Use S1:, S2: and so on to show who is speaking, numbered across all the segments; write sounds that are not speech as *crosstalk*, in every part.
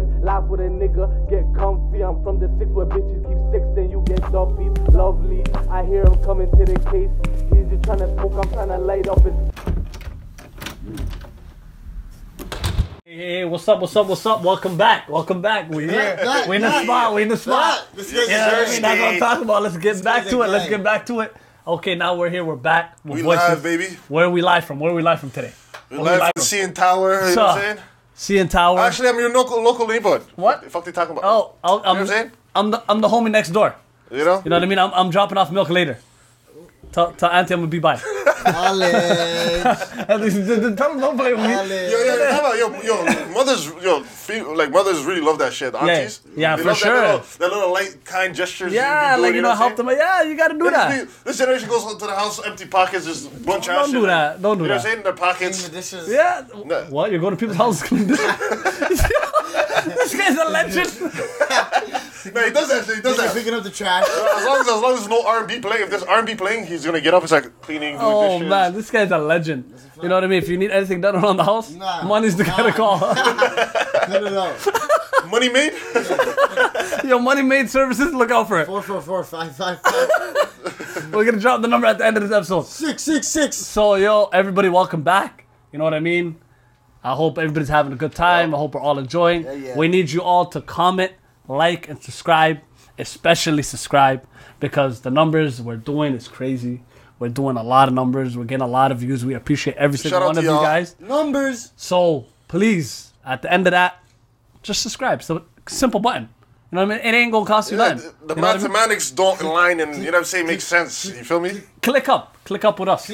S1: live with a nigga, get comfy. I'm from the six where bitches keep six, then you get dopey. Lovely, I hear him coming to the case. He's just trying to smoke, I'm trying to light up his.
S2: Hey, hey, what's up? What's up? What's up? Welcome back. Welcome back. We're here.
S3: that-
S2: We're in the
S3: that-
S2: spot. We're in the spot.
S3: that- this guy's
S2: You know what I mean? That's what I'm
S3: thirsty.
S2: talking about. Let's get back
S3: guy's
S2: to
S3: a
S2: it. Let's
S3: guy.
S2: get back to it. Okay, now we're here. We're back. We're
S3: We live, baby.
S2: Where are we live from? Where are we live from today?
S3: We
S2: Where
S3: live from the CN Tower, you know what I'm
S2: So-
S3: saying?
S2: CN Tower.
S3: Actually, I'm your local, local neighborhood.
S2: What?
S3: the fuck they talking about?
S2: oh, I'll, I'm,
S3: know what I'm saying?
S2: I'm the I'm the homie next door.
S3: You know?
S2: You know what I mean? I'm, I'm dropping off milk later. Tell, tell Auntie I'm gonna be
S3: *laughs*
S2: by.
S4: Alex.
S2: At least- tell him don't play with me.
S3: Yo,
S4: Alex.
S3: yo, yo, how about- yo, yo, mothers, yo, fe- like mothers really love that shit. Aunties,
S2: yeah,
S3: they
S2: for
S3: love
S2: sure.
S3: That little, that little light, kind gestures.
S2: Yeah, like you know, help them. Yeah, you gotta do that.
S3: This, this generation goes to the house empty pockets, just bunch
S2: Don't
S3: of shit.
S2: do that. Don't do
S3: you know what
S2: that.
S3: I'm saying? In their pockets.
S4: Yeah.
S2: Yeah.
S3: No.
S2: What? You're going to people's houses? *laughs* this guy's a legend.
S3: No, he does that. shit, He does that.
S4: Picking up the trash.
S3: As long as, as long as there's no R&B playing, if there's R&B playing, he's gonna get up. It's like cleaning.
S2: *laughs*
S3: doing
S2: Oh
S3: dishes.
S2: man, this guy's a legend. You know what I mean? If you need anything done around the house,
S4: Nah.
S2: money's the guy to call. *laughs*
S4: No, no, no.
S3: money made.
S2: Yo, money made services, look out for it.
S4: Four, four, four, five, five, five,
S2: We're gonna drop the number at the end of this episode.
S4: six, six, six.
S2: So yo, everybody, welcome back. You know what I mean? I hope everybody's having a good time. I hope we're all enjoying.
S4: yeah.
S2: We need you all to comment, like, and subscribe. Especially subscribe because the numbers we're doing is crazy. We're doing a lot of numbers. We're getting a lot of views. We appreciate every single
S3: out
S2: one
S3: to
S2: of you
S3: y'all.
S2: guys.
S4: Numbers.
S2: So please, at the end of that, just subscribe. So simple button. You know what I mean? It ain't gonna cost you
S3: Yeah,
S2: nothing.
S3: the- the
S2: You know what I mean?
S3: mathematics don't line, and you know what I'm saying, makes sense. You feel me?
S2: Click up. Click up with us.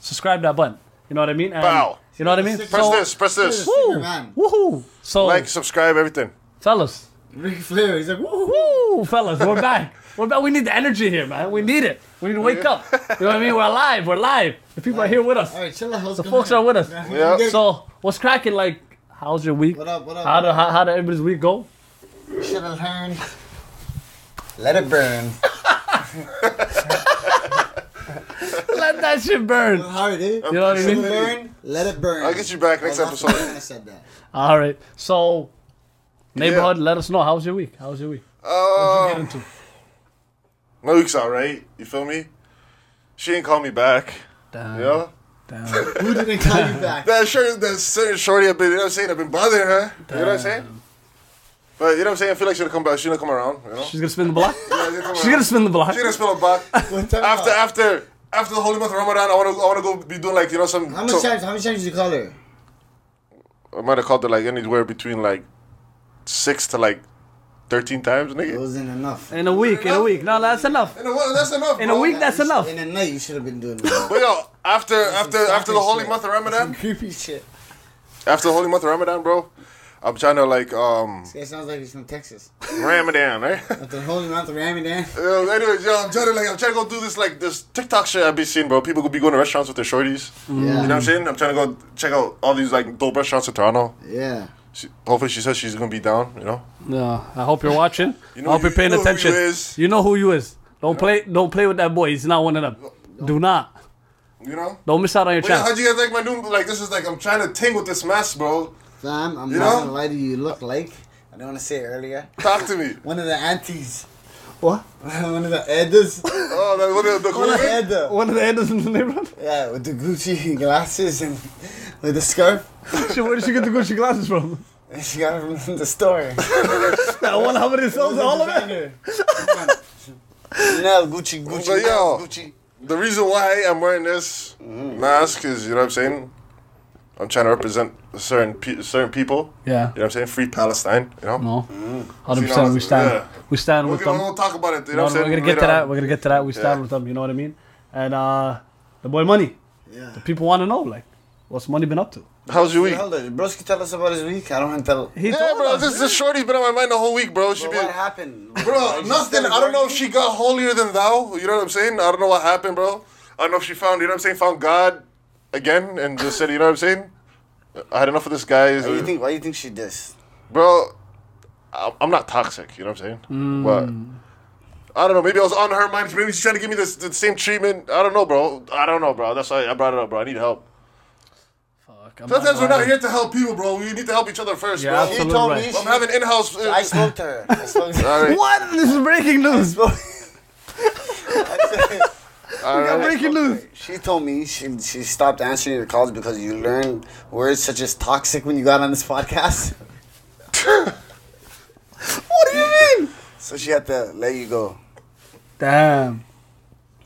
S2: Subscribe that button. You know what I mean? And
S3: Bow.
S2: You know what I mean?
S3: Press
S2: So-
S3: this. Press this.
S2: Woo!
S4: Man.
S2: Woohoo! So,
S3: Like, subscribe, everything.
S2: fellas,
S4: Ric Flair. He's like, woo.
S2: woo, fellas, we're
S3: *laughs*
S2: back. We're back. We need the energy here, man. We need it. We need to wake up. You know what I mean? We're alive. We're alive. The people are here with us.
S4: All right, chill out. What's
S2: The
S4: going
S2: folks
S4: on?
S2: are with us.
S3: Yeah.
S2: So, what's cracking? Like, how's your week?
S4: What up, what up?
S2: How did how, how did everybody's week go? *laughs*
S4: Should have learned. Let it burn.
S2: Let that shit burn.
S4: Hard, eh?
S2: You know what I mean?
S4: Burn. Let it burn.
S3: I'll get you back next
S4: I was laughing
S3: episode.
S4: when I said that.
S2: All right. So, neighborhood, let us know. How's your week? How's your week?
S3: Oh,
S2: Get into. it.
S3: my week's alright. You feel me? She ain't call me back.
S2: Damn.
S3: You know?
S2: Damn.
S4: Who didn't call you
S3: *laughs*
S4: back?
S3: That shirt, that certain shorty, I've been, you know what I'm saying? I've been bothering her. You know what I'm saying? But you know what I'm saying? I feel like she'll come back. She'll come around. You know?
S2: She's gonna spin the block.
S3: Yeah, she'll come
S2: She's
S3: around.
S2: gonna spin the block.
S3: She's gonna spill a
S2: *laughs*
S3: buck.
S4: One time
S3: after,
S4: out.
S3: after, after the holy month of Ramadan, I wanna, I wanna go be doing like, you know, some.
S4: How many
S3: some-
S4: times? How many times did you call her?
S3: I might have called it like anywhere between like six to like 13 times,
S4: It
S3: nigga.
S4: wasn't enough.
S2: In a week. In a week. No, that's enough.
S3: In a, well, that's enough.
S2: In a
S3: bro.
S2: week, that's
S4: You should-
S2: enough.
S4: In a night, you should have been
S3: *laughs*
S4: doing that.
S3: But yo, after after
S4: Some
S3: after the
S4: stalking
S3: holy
S4: shit.
S3: month of Ramadan,
S4: Some *laughs* creepy shit.
S3: after the holy month of Ramadan, bro, I'm trying to like um
S4: This guy sounds like he's from Texas.
S3: Ramadan, right?
S4: After the holy month of Ramadan.
S3: *laughs* Yo, anyways, yo, I'm trying to like I'm trying to go do this like this TikTok shit I've been seeing, bro. People could be going to restaurants with their shorties. You know what I'm saying? I'm trying to go check out all these like dope restaurants in Toronto.
S4: Yeah.
S3: She, hopefully, she says she's gonna be down. You know?
S2: No, I hope you're watching.
S3: *laughs* You know
S2: I hope
S3: who-
S2: you're paying
S3: you know who you
S2: attention.
S3: is.
S2: You know who you is. Don't play. Don't play with that boy. He's not one of them. Do not.
S3: You know?
S2: Don't miss out on your
S3: But yeah,
S2: chance.
S3: how'd you guys like my new like? This is like I'm trying to ting with this mask, bro.
S4: Fam, I'm
S3: You
S4: not
S3: know?
S4: gonna lie to you. You look like I don't want to say it earlier.
S3: Talk to me.
S4: One of the aunties. What? *laughs* One of the elders.
S3: Oh, that what the,
S4: *laughs*
S3: the
S4: One
S3: cool
S4: of the
S3: thing?
S4: elder.
S2: One of the elders in the
S3: *laughs*
S2: neighborhood.
S4: Yeah, with the Gucci glasses and with the scarf.
S2: Shit, Where did she get the Gucci glasses from?
S4: And she got it from the *laughs* store.
S2: *laughs* I wonder how many sells all of it.
S4: *laughs* Now Gucci, Gucci,
S3: But yo.
S4: now Gucci.
S3: The reason why I'm wearing this
S2: Mm-hmm.
S3: mask is, you know what I'm saying? I'm trying to represent certain pe- certain people.
S2: Yeah.
S3: You know what I'm saying? Free Palestine, you know?
S2: No. Hundred percent. We stand.
S3: Mm. Yeah.
S2: We stand
S3: We're
S2: with
S3: gonna,
S2: them.
S3: we'll talk about it, you know
S2: No,
S3: what
S2: no,
S3: I'm
S2: we're
S3: saying?
S2: gonna get to
S3: later
S2: that.
S3: on.
S2: We're gonna get to that. We stand with them. You know what I mean? And uh, the boy money.
S4: Yeah.
S2: The people want to know like, what's money been up to?
S3: How's your week?
S4: Hold on, broski, tell us about his week. I don't want to tell.
S2: He
S3: Yeah,
S2: told
S3: bro,
S2: us.
S3: this, this shorty's been on my mind the whole week, bro. She
S4: But
S3: been,
S4: what happened?
S3: bro, nothing. I don't know if she got holier than thou. You know what I'm saying? I don't know what happened, bro. I don't know if she found, you know what I'm saying, found God again and just said, you know what I'm saying? I had enough of this guy.
S4: Why do you think? Why do you think she does?
S3: bro, I- I'm not toxic. You know what I'm
S2: Mm.
S3: saying? But I don't know. Maybe I was on her mind. Maybe she's trying to give me this the same treatment. I don't know, bro. I don't know, bro. That's why I brought it up, bro. I need help.
S2: Fuck. Fuck. I'm
S3: Sometimes we're not
S2: lying.
S3: here to help people, bro. We need to help each other first,
S2: Yeah,
S3: bro.
S4: He
S2: Absolute
S4: told
S2: right.
S4: me
S3: I'm having in-house. uh,
S4: she- I spoke to her. I spoke to her.
S3: *laughs* All right.
S2: What? This is breaking news.
S4: Spoke- *laughs* I said-
S3: All
S2: I'm
S3: right.
S2: *laughs* breaking news.
S4: She told me she, she stopped answering your calls because you learned words such as toxic when you got on this podcast. *laughs*
S2: What do you mean?
S4: So she had to let you go.
S2: Damn.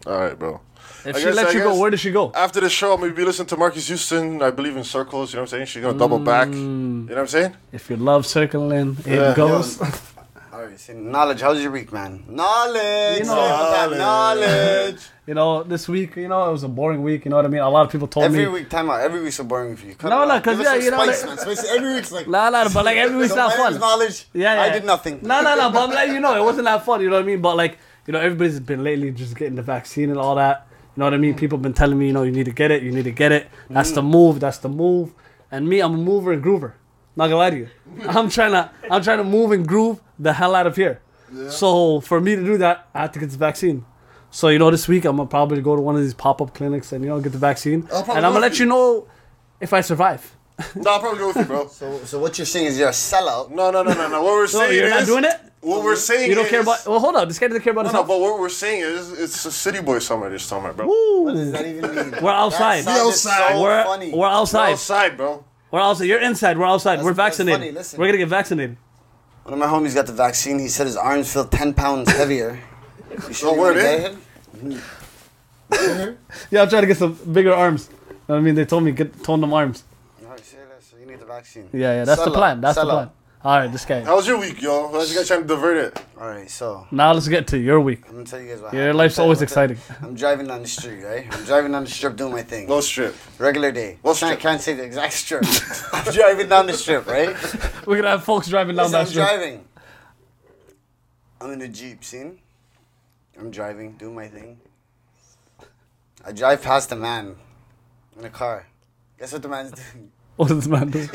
S3: All right, bro.
S2: If
S3: I
S2: she
S3: guess-
S2: let
S3: I
S2: you go,
S3: guess-
S2: where did she go?
S3: After the show, maybe listen to Marcus Houston. I believe in circles. You know what I'm saying? She's gonna
S2: Mm.
S3: double back. You know what I'm
S2: *laughs*
S3: saying?
S2: If you love circling, it
S3: Yeah.
S2: goes. *laughs*
S4: *laughs* All right, so knowledge. How was your week, man? Knowledge.
S2: You know-
S4: knowledge. knowledge.
S2: You know, this week, you know, it was a boring week. You know what I mean? A lot of people told
S4: Every
S2: me.
S4: week, time out. Every week's so boring for you. Come
S2: No,
S4: on,
S2: no, 'cause
S4: give us
S2: yeah,
S4: some
S2: you know,
S4: spice,
S2: like-
S4: man. Spice. Every week's like.
S2: Nah,
S4: *laughs*
S2: nah, but like every week's
S4: So
S2: not
S4: mine was
S2: fun.
S4: Knowledge.
S2: Yeah, yeah.
S4: I did nothing.
S2: No, no, no. But I'm like, you know, it wasn't that fun. You know what I mean? But like, you know, everybody's been lately just getting the vaccine and all that. You know what I mean? People have been telling me, you know, you need to get it. You need to get it. That's
S3: Mm.
S2: the move. That's the move. And me, I'm a mover and groover. Not gonna lie
S3: *laughs*
S2: to you. I'm trying to, I'm trying to move and groove the hell out of here. So for me to do that, I have to get the vaccine. So you know, this week I'm gonna probably go to one of these pop-up clinics and you know get the vaccine,
S3: I'll
S2: and
S3: probably
S2: I'm
S3: go
S2: gonna
S3: with
S2: let
S3: you.
S2: you know if I survive.
S3: No, I'll probably go with you, bro.
S4: So, so what you're saying is you're a sellout.
S3: No, no, no, no, no. What
S2: *laughs*
S3: we're saying
S2: you're
S3: is
S2: not doing it?
S3: What we're saying
S2: You don't
S3: is,
S2: care about. Well, hold on. This guy doesn't care about
S3: No,
S2: his
S3: no,
S2: health.
S3: but what we're saying is it's a city boy summer this summer, bro.
S4: What does that even mean?
S2: *laughs* We're outside.
S4: That sounded
S3: outside.
S4: So
S2: we're,
S4: funny.
S2: we're outside.
S3: We're outside, bro.
S2: We're outside. You're inside. We're outside. we're
S4: that's funny.
S2: vaccinated.
S4: Listen.
S2: We're gonna get vaccinated.
S4: One of my homies got the vaccine. He said his arms feel 10 pounds heavier.
S2: *laughs*
S4: You sure
S2: Oh,
S4: you
S3: word
S4: wanna
S2: eh?
S3: is?
S4: get it?
S2: Yeah, I'm trying to get some bigger arms. You know what I mean, they told me get tone them arms.
S4: No, you serious? You need the vaccine.
S2: Yeah, yeah. That's
S4: Sell
S2: the
S4: out.
S2: plan. That's
S4: Sell
S2: the plan.
S4: out.
S2: All right, this guy.
S3: How was your week, yo? How's you guys trying to divert it?
S4: All right, so
S2: Now let's get to your week.
S4: I'm gonna tell you guys what
S2: Your
S4: happened.
S2: life's
S4: I'm
S2: always
S4: gonna tell you
S2: exciting.
S4: what the- I'm driving down the street, right? I'm driving down the strip doing my thing.
S3: No strip.
S4: Regular day.
S3: What
S4: I
S3: strip?
S4: can't say the exact strip. *laughs* I'm driving down the strip, right?
S2: We're gonna have folks driving down
S4: Listen, I'm
S2: that street.
S4: driving. I'm in a Jeep, seen? I'm driving, doing my thing. I drive past a man in a car. Guess what the man's *laughs* doing?
S2: *laughs* What is this man doing?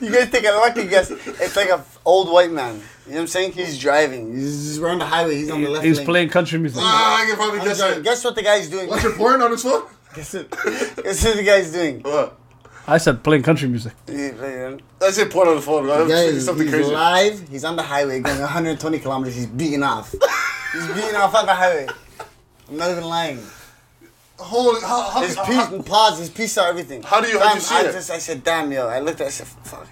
S4: you guys take a lucky guess. It's like a f- old white man. You know what I'm saying? He's driving. He's around the highway. He's on the left
S2: He's
S4: lane.
S2: playing country music.
S3: Ah, I can probably
S4: I'm
S3: guess
S4: driving.
S3: it.
S4: Guess what the guy's doing?
S3: Watch your porn on his phone?
S4: *laughs* Guess what, guess what the guy's
S2: *laughs*
S4: doing?
S3: What?
S4: Ah.
S2: I said playing country music.
S4: He- The
S3: I said porn on the phone, bro.
S4: guy
S3: That's
S4: is
S3: something
S4: he's
S3: crazy.
S4: live. He's on the highway going 120 kilometers. He's beating off.
S3: *laughs*
S4: He's beating off on the highway. I'm not even lying.
S3: Holy, how, how,
S4: His
S3: how-
S4: peace and pause, his peace are everything.
S3: How do you-
S4: Damn,
S3: how do you see
S4: I
S3: it?
S4: Just, I said, damn, yo. I looked at it, I said, fuck.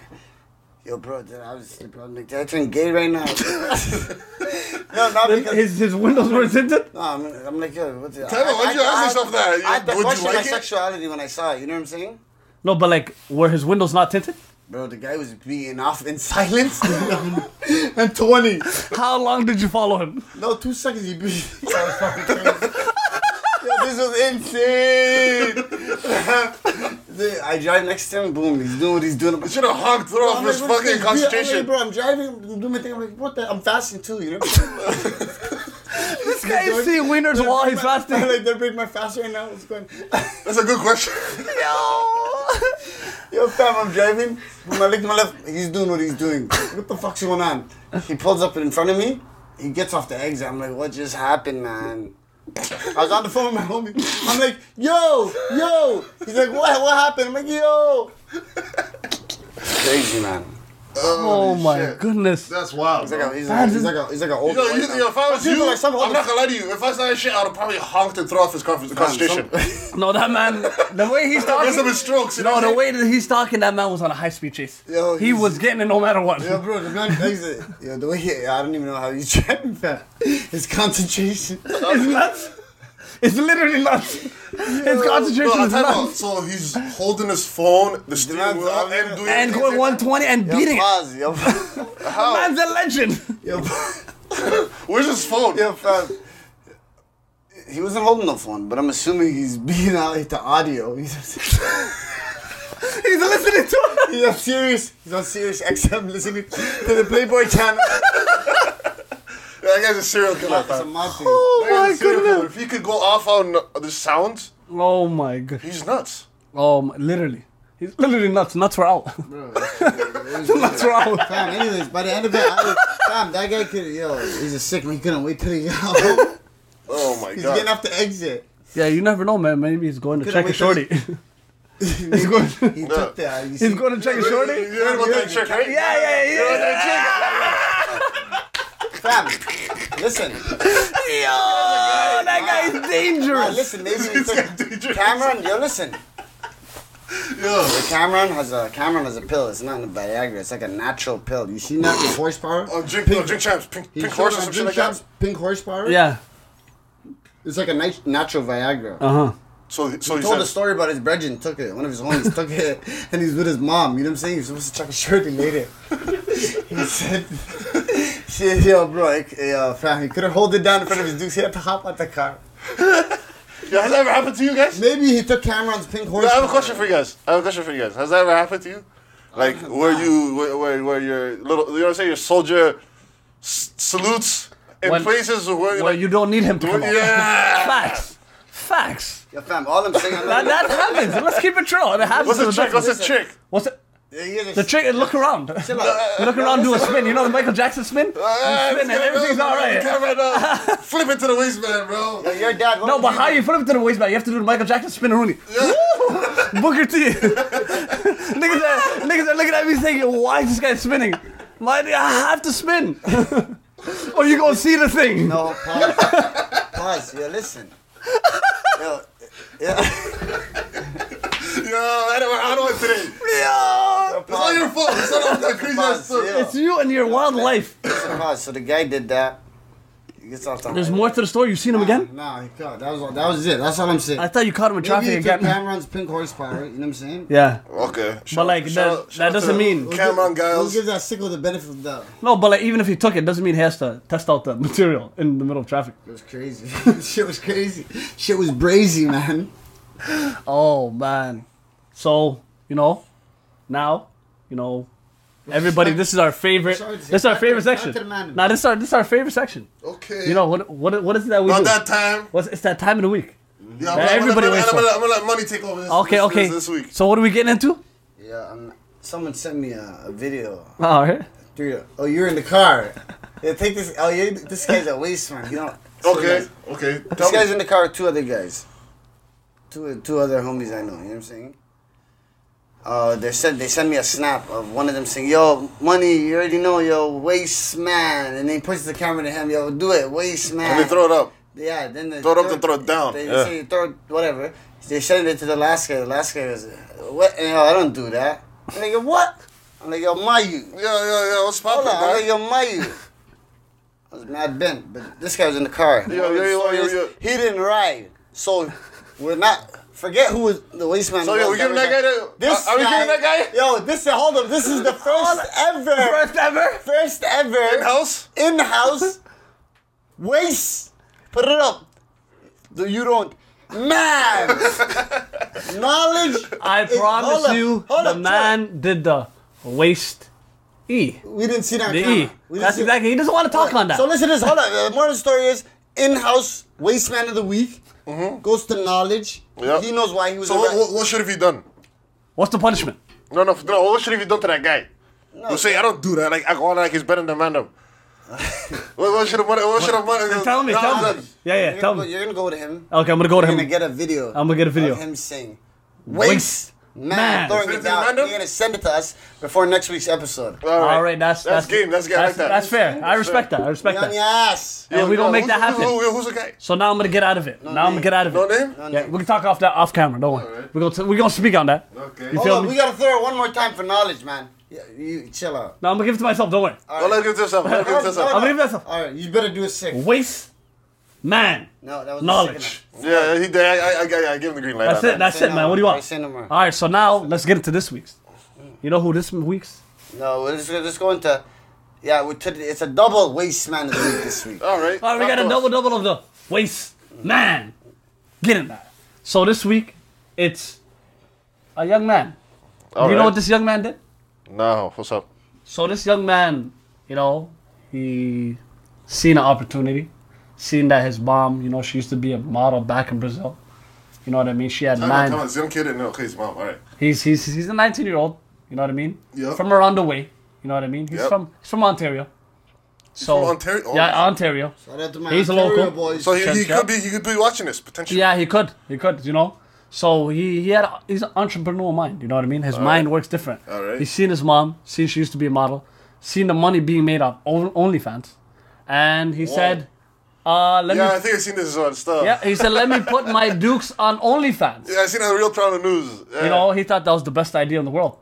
S4: Yo, bro, did I was sleeping. I'm like, did I turn gay right now? *laughs* no, not
S2: Then
S4: because.
S2: his his windows were tinted.
S4: no, I'm, I'm like, yo, what the.
S3: Tell me, why'd you ask yourself that?
S4: I had to
S3: Would you
S4: question my
S3: like it?
S4: sexuality when I saw it, you know what I'm saying?
S2: No, but like, were his windows not tinted?
S4: Bro, the guy was beating off in *laughs*
S3: *laughs*
S4: silence. and 20.
S2: How long did you follow him?
S4: No, two seconds he beat. *laughs* Yo, this was *laughs* insane. Dude, I drive next to him, boom, he's doing what he's doing.
S3: You should have honked through off
S4: I'm
S3: his
S4: like, what
S3: fucking
S4: the- I'm like,
S3: concentration.
S4: bro, I'm driving, I'm doing my thing. I'm like, what the? I'm fasting too, *laughs* you know? this
S2: This guy is seeing wieners while he's
S4: *laughs* I'm
S2: fasting.
S4: like, they're breaking my fast right now. What's going
S3: That's a good question. *laughs*
S4: Yo, fam, I'm driving. When I look to my left, he's doing what he's doing. What the fuck's going on? He pulls up in front of me. He gets off the exit. I'm like, what just happened, man? I was on the phone with my homie. I'm like, yo, yo. He's like, what? What happened? I'm like, yo. Crazy man.
S2: Oh my
S3: shit.
S2: goodness.
S3: That's wild.
S4: He's like
S3: Bro.
S4: a he's like a, he's like a, he's like a old.
S3: Yo,
S4: white
S3: you,
S4: man.
S3: yo, if I was
S4: People
S3: you,
S4: like some
S3: I'm not
S4: others-
S3: gonna lie to you. If I saw that shit, I would have probably honked and throw off his con- concentration.
S2: No, that man, the way he's talking.
S3: Mess up his strokes. You know
S2: No,
S3: what
S2: the
S3: I'm
S2: way that he's talking, that man was on a high speed chase.
S4: Yo,
S2: he
S4: he's-
S2: was getting it no matter what.
S4: *laughs* Yo, bro, the man exit. Yo, the way he, I don't even know how he's *laughs* driving, fam. His concentration.
S2: *laughs* It's nuts. It's literally nuts. His
S3: saying?
S2: concentration
S3: No,
S2: is
S3: time out.
S2: nuts.
S3: So he's holding his phone, the steering
S4: man's
S3: wheel,
S4: out there.
S3: and doing
S2: And going 120 and
S4: Yo,
S2: beating it.
S4: pause, yo.
S2: Man's a legend.
S4: yo, pause.
S3: Where's his phone?
S4: Yeah, fam. He wasn't holding no phone, but I'm assuming he's *laughs* being out the audio. He's,
S2: *laughs* He's listening to it.
S4: he's on serious. He's on serious XM listening to the
S2: *laughs*
S4: Playboy channel.
S3: That guy's a serial killer.
S4: It's
S3: fam.
S4: a mad
S2: *laughs*
S4: thing.
S2: Oh my
S3: That guy's a serial
S2: goodness.
S3: killer. If he could go off on the sounds,
S2: Oh my god.
S3: he's nuts.
S2: Oh, my, literally. He's literally nuts. Nuts were out. *laughs* nuts were out.
S4: Fam, anyways, by the end of it, I was, fam, that guy could, yo, he's a sick man. He couldn't wait till he got home.
S3: Oh
S4: *laughs*
S3: my
S4: He's
S3: god.
S4: getting off the exit. *laughs*
S2: Yeah, you never know, man. Maybe he's going to
S4: Could've
S2: check a
S3: *laughs*
S4: waited.
S2: shorty.
S4: he
S2: going-
S4: took that. You see,
S2: He's going to check his shorty?
S3: You heard about that trick, right?
S2: Yeah, yeah, yeah.
S3: You heard about that trick?
S2: *laughs*
S4: fam. Listen,
S2: Yo, that guy is
S4: Ah,
S2: dangerous.
S4: listen. Maybe he
S3: got
S4: took
S3: dangerous.
S4: Cameron. Yo, listen.
S3: Yo.
S4: Cameron has a Cameron has a pill. It's not a Viagra. It's like a natural pill. You seen that with horsepower?
S3: Oh, drink, oh, drink champs, pink,
S4: He
S3: pink
S4: showed
S3: horse
S4: my
S3: or some shit
S4: drink
S3: like that.
S4: shops Pink horsepower.
S2: Yeah.
S4: It's like a nice natural Viagra.
S2: Uh huh.
S3: So, so
S4: He
S3: he
S4: told a
S3: said,
S4: story about his brethren took it. One of his homies took it, *laughs* and he's with his mom. You know what I'm saying? He's supposed to check a shirt and
S3: *laughs*
S4: later. he said, *laughs* "Shit, yo, bro, like, yo, fam, he couldn't hold it down in front of his dudes. He had to hop out the car.
S3: yeah, has that ever happened to you guys?
S4: Maybe he took Cameron's pink horse.
S3: No, I have a question for you guys. I have a question for you guys. Has that ever happened to you? Like, where you, where, where, where your little, you know what I'm saying, your soldier s- salutes in
S2: When-
S3: places where,
S2: Well,
S3: like,
S2: you don't need him to
S3: where-
S2: come out. *laughs*
S3: yeah.
S2: Facts. Facts.
S4: Yo, fam, all I'm saying, I'm
S2: That,
S4: not-
S2: that happens. Let's keep it real. It happens.
S3: What's
S2: to
S3: the
S2: the
S3: trick?
S2: best of
S3: What's
S2: us.
S3: the trick?
S2: What's it?
S4: He is a-
S2: The trick is look around.
S4: Chill out.
S3: uh,
S2: Look around, do a spin. You know the Michael Jackson spin?
S3: Ah,
S2: You spin and
S3: this guy
S2: everything's
S3: knows,
S2: all
S3: this
S2: right.
S3: guy right
S2: *laughs*
S3: now. Flip it to the waistband, bro.
S4: Yo, your dad. what
S2: No,
S4: would
S2: but
S4: you
S2: how
S4: do?
S2: you flip it to the waistband? You have to do the Michael Jackson spin and Rooney. Woo! Booker T. *laughs* niggas, are, niggas are looking at me saying, why is this guy spinning? My, nigga, I have to spin. *laughs* or you gonna see the thing.
S4: No, *laughs* pause. pause. Yo, *laughs* listen. Yo, *laughs* yeah.
S3: Yo, I don't, I don't want today.
S2: Yo!
S3: It's all your fault. It's not all that crazy ass
S4: Pause,
S3: stuff.
S4: yeah.
S2: It's you and your wild life.
S4: Listen, pause. So the guy did that. He gets off the.
S2: There's more to the story. You've seen him again?
S4: Nah, he caught. That was all, that was it. That's all I'm saying.
S2: I thought you caught him in
S4: Maybe
S2: traffic
S4: he took
S2: again.
S4: Cameron's pink horsepower. You know what I'm saying?
S2: *laughs* Yeah.
S3: Okay.
S2: But like that, that doesn't mean
S3: Cameron
S4: We'll
S3: Giles.
S4: give that sicko the benefit of the doubt.
S2: no. But like even if he took it, doesn't mean he has to test out the material in the middle of traffic.
S4: It was crazy. *laughs* Shit was crazy. Shit was brazy, man.
S2: Oh man. So you know, now, you know, everybody. This is our favorite.
S4: Sorry to
S2: This
S4: say,
S2: is our
S4: back to-
S2: favorite
S4: back
S2: section.
S4: to the man.
S2: Now this is our this is our favorite section.
S3: Okay.
S2: You know what what what is it that we
S3: Not
S2: do?
S3: that time.
S2: What's, it's that time of the week.
S3: Yeah, I'm gonna-
S2: everybody
S3: I'm gonna,
S2: wakes
S3: I'm gonna,
S2: up.
S3: I'm gonna let money take over this,
S2: Okay,
S3: this,
S2: okay.
S3: this, this week.
S2: So what are we getting into?
S4: Yeah, um, someone sent me a, a video.
S2: All right.
S4: Through the, oh, you're in the
S2: *laughs*
S4: car. Yeah, take this. Oh, you this guy's a waste man. You know.
S3: Okay, okay.
S4: This
S3: Tell
S4: guy's
S3: me.
S4: in the car with two other guys. Two two other homies I know, you know what I'm saying? Uh, they said they sent me a snap of one of them saying, "Yo, money, you already know, yo, waste man," and they push the camera to him, "Yo, do it, waste man."
S3: And they throw it up.
S4: Yeah, then they
S3: Throw it up, then throw it down.
S4: They
S3: Yeah.
S4: say throw it- whatever. They send it to the last guy. The last guy goes, "What? Yo, I don't do that." I'm like, "Yo, "What?" I'm like, "Yo, Mayu."
S3: Yeah, yeah, yeah. What's
S4: Hold
S3: poppin',
S4: on, I'm like,
S3: man?
S4: yo, Mayu. I was mad bent, but this guy was in the car.
S3: Yo, yo, yo, yo, yo.
S4: He didn't ride, so we're not. Forget who was the waistman.
S3: So,
S4: was
S3: yo, we giving that guy the-
S4: This
S3: are- are we giving that guy?
S4: Yo, this hold up. This is the first ever,
S2: First ever.
S4: first ever
S3: House?
S4: in-house waist. Put it up. Do you don't,
S3: *laughs*
S4: man? Knowledge.
S2: I
S4: It-
S2: promise
S4: hold up,
S2: you,
S4: hold
S2: the
S4: up,
S2: man did the waste E.
S4: We didn't see that.
S2: The
S4: camera.
S2: E.
S4: We didn't
S2: That's
S4: see-
S2: exactly. He doesn't want to talk on that.
S4: So listen to this. Hold on. The moral of the story is in-house waste man of the week goes to knowledge.
S3: Mm-hmm. Yeah.
S4: He knows why he was.
S3: So, what,
S4: arrested.
S3: what, what should have you done?
S2: What's the punishment?
S3: No, no, no. What should have you done to that guy? You say I don't do that. Like I go on like he's better than
S4: *laughs*
S3: Mandem. what what should have what, what should have money?
S2: Tell me. Tell me. Yeah, yeah. Tell
S4: you're, gonna go,
S2: me.
S4: you're gonna go to him.
S2: Okay, I'm gonna go to
S4: You're gonna
S2: him.
S4: get a video.
S2: I'm gonna get a video.
S4: of him sing
S2: Waste
S4: waste man,
S2: man.
S4: throwing
S3: Send
S4: it
S3: it to
S4: down.
S3: Mando?
S4: You're gonna send it to us before next week's episode.
S3: All
S2: All right, that's
S3: That's game, that's game, I like that.
S2: That's fair. I respect that. I
S4: Be
S2: respect
S4: on your
S2: that.
S4: ass.
S2: And we gonna make
S3: who's-
S2: that
S3: who-
S2: happen.
S3: who- who's the guy?
S2: So now I'm gonna get out of it. Now I'm gonna get out of
S3: No
S2: it.
S3: name?
S2: Yeah, we can talk off that off camera. Don't worry.
S3: Alright.
S2: We're gonna t- we're gonna speak on that.
S3: Okay.
S2: You
S4: Hold
S2: feel
S4: on, we
S2: me?
S4: gotta throw it one more time for knowledge, man. Yeah, you chill out.
S2: No, I'm gonna give it to myself. Don't worry.
S3: Well, let's give it to yourself. Let's give it to
S4: No,
S2: I'm
S3: yourself.
S4: no.
S2: gonna give it to myself.
S4: All right, you better do a six.
S2: Waste, man.
S4: No, that was the
S2: Knowledge.
S3: Yeah, he did. I, I, I, I give him the green light.
S2: That's
S3: on
S2: it.
S3: That.
S2: That's it, man. What do you want?
S4: Say no more.
S2: All right. So now let's get into this week's. You know who this week's?
S4: second one. No, we're just, we're just going to. Yeah, we took, it's a double waste man of the week this week.
S3: All right.
S2: All right, we got a double double of the waste man. Get in that. So this week, it's a young man.
S3: All
S2: you know
S3: right.
S2: what this young man did?
S3: No, what's up?
S2: So this young man, you know, he seen an opportunity, seen that his mom, you know, she used to be a model back in Brazil. You know what I mean? She had
S3: Time out, time
S2: nine.
S3: out. It's a young kid and okay, his mom. All right.
S2: He's he's he's a 19 year old. You know what I mean?
S3: Yep.
S2: From around the way. You know what I mean? He's
S3: Yep.
S2: from he's from Ontario. So
S3: from Ontario? Oh.
S2: Yeah, Ontario.
S4: Shout out to my
S2: He's a
S4: Ontario
S2: local.
S4: boys.
S3: So he, he
S2: Chance, yeah.
S3: could be he could be watching this potentially.
S2: Yeah, he could. He could, you know. So he, he had he's an entrepreneur mind. You know what I mean? His mind works different.
S3: All right.
S2: He's seen his mom, seen she used to be a model, seen the money being made on on- OnlyFans, and he said, "Uh, let
S3: Yeah,
S2: me."
S3: I think I've seen this on stuff.
S2: yeah, he said, "Let me put
S3: *laughs*
S2: my dukes on OnlyFans."
S3: Yeah, I seen it on Real Toronto News. Yeah.
S2: You know, he thought that was the best idea in the world.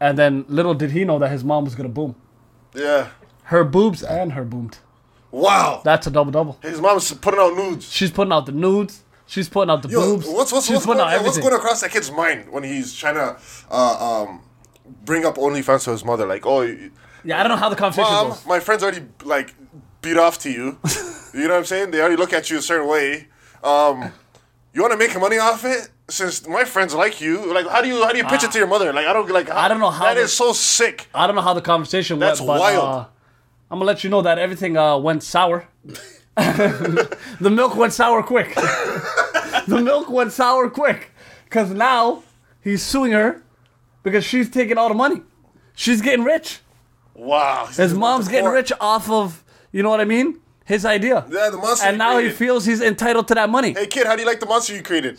S2: And then little did he know that his mom was gonna boom.
S3: Yeah.
S2: Her boobs and her boomed.
S3: Wow.
S2: That's a double double.
S3: His mom's putting out nudes.
S2: She's putting out the nudes. She's putting out the
S3: Yo,
S2: boobs.
S3: what's what's
S2: she's
S3: what's going,
S2: putting out
S3: yeah,
S2: everything.
S3: what's going across that kid's mind when he's trying to uh, um, bring up OnlyFans to his mother? Like, oh, you-
S2: yeah, I don't know how the conversation
S3: mom,
S2: goes.
S3: my friends already like beat off to you. you know what I'm saying? They already look at you a certain way. Um, you want to make money off it? Since my friends like you, like, how do you how do you pitch it to your mother? Like, I don't like.
S2: Ah. I don't know how
S3: That
S2: they-
S3: is so sick.
S2: I don't know how the conversation
S3: That's
S2: went, but
S3: wild.
S2: Uh, I'm gonna let you know that everything uh, went sour. *laughs* the milk went sour quick. *laughs* the milk went sour quick, cause now he's suing her because she's taking all the money. She's getting rich.
S3: Wow.
S2: His mom's getting rich off of you know what I mean. His idea.
S3: Yeah, the monster.
S2: and
S3: you
S2: now he
S3: created.
S2: feels he's entitled to that money.
S3: Hey kid, how do you like the monster you
S2: *laughs*
S3: created?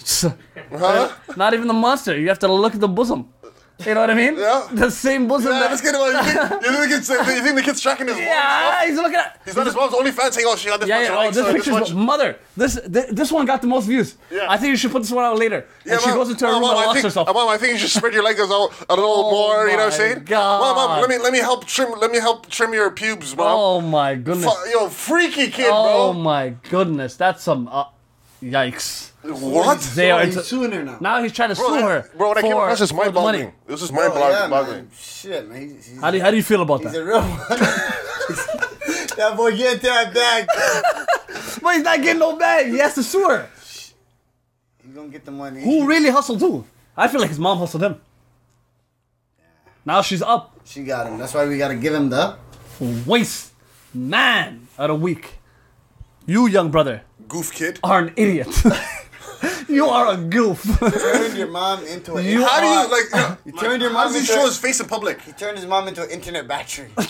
S3: Huh?
S2: Not even the monster. You have to look at the bosom. You know what I mean?
S3: Yeah.
S2: *laughs* The same bosom.
S3: Nah,
S2: that-
S3: this kid, you
S2: *laughs*
S3: think, you, think the kid's, you think the kid's tracking his mom's
S2: yeah,
S3: stuff?
S2: he's looking at.
S3: He's not his mom's only fan saying, oh, she got this
S2: Yeah,
S3: much
S2: yeah. Oh,
S3: likes,
S2: this
S3: uh,
S2: picture's
S3: much-
S2: mother. This th- this one got the most views.
S3: Yeah.
S2: I think you should put this one out later.
S3: Yeah,
S2: and she
S3: mom,
S2: goes into her
S3: mom,
S2: room
S3: mom,
S2: and
S3: I
S2: locks
S3: think,
S2: herself.
S3: uh, Mom, I think you should spread your legs out a
S2: Oh
S3: little more. You know what I'm
S2: my
S3: saying?
S2: God.
S3: Mom, mom, let me let me help trim let me help trim your pubes, mom.
S2: oh my goodness.
S3: Fu- yo, freaky kid,
S2: oh
S3: bro.
S2: my goodness. That's some uh, yikes.
S3: What?
S2: They are.
S4: he's
S2: it's-
S4: suing her now.
S2: now he's trying to
S3: bro,
S2: sue her.
S3: bro, when I came
S2: for-
S3: across this,
S2: for
S3: mind
S2: the money.
S3: boggling. This is mind
S4: Oh, yeah,
S3: boggling.
S4: man. Shit, man. He's, he's,
S2: How do, you, how do you feel about
S4: *laughs* he's
S2: that?
S4: a real one. *laughs* that boy get that back.
S2: But he's not getting no bag. He has to sue her.
S4: He's gonna get the money.
S2: Who really hustled who? I feel like his mom hustled him. Now she's up.
S4: She got him. That's why we gotta give him the.
S2: Waste man of the week. You young brother
S3: Goof kid.
S2: are an idiot. *laughs* you are a
S3: *laughs*
S2: goof.
S4: Turn your mom into a.
S2: *laughs* You-
S3: How do you like? you know,
S4: He turned your
S3: how
S4: mom
S3: does he
S4: into.
S3: show his face in public?
S4: he turned his mom into an internet
S2: *laughs*
S4: battery.
S3: He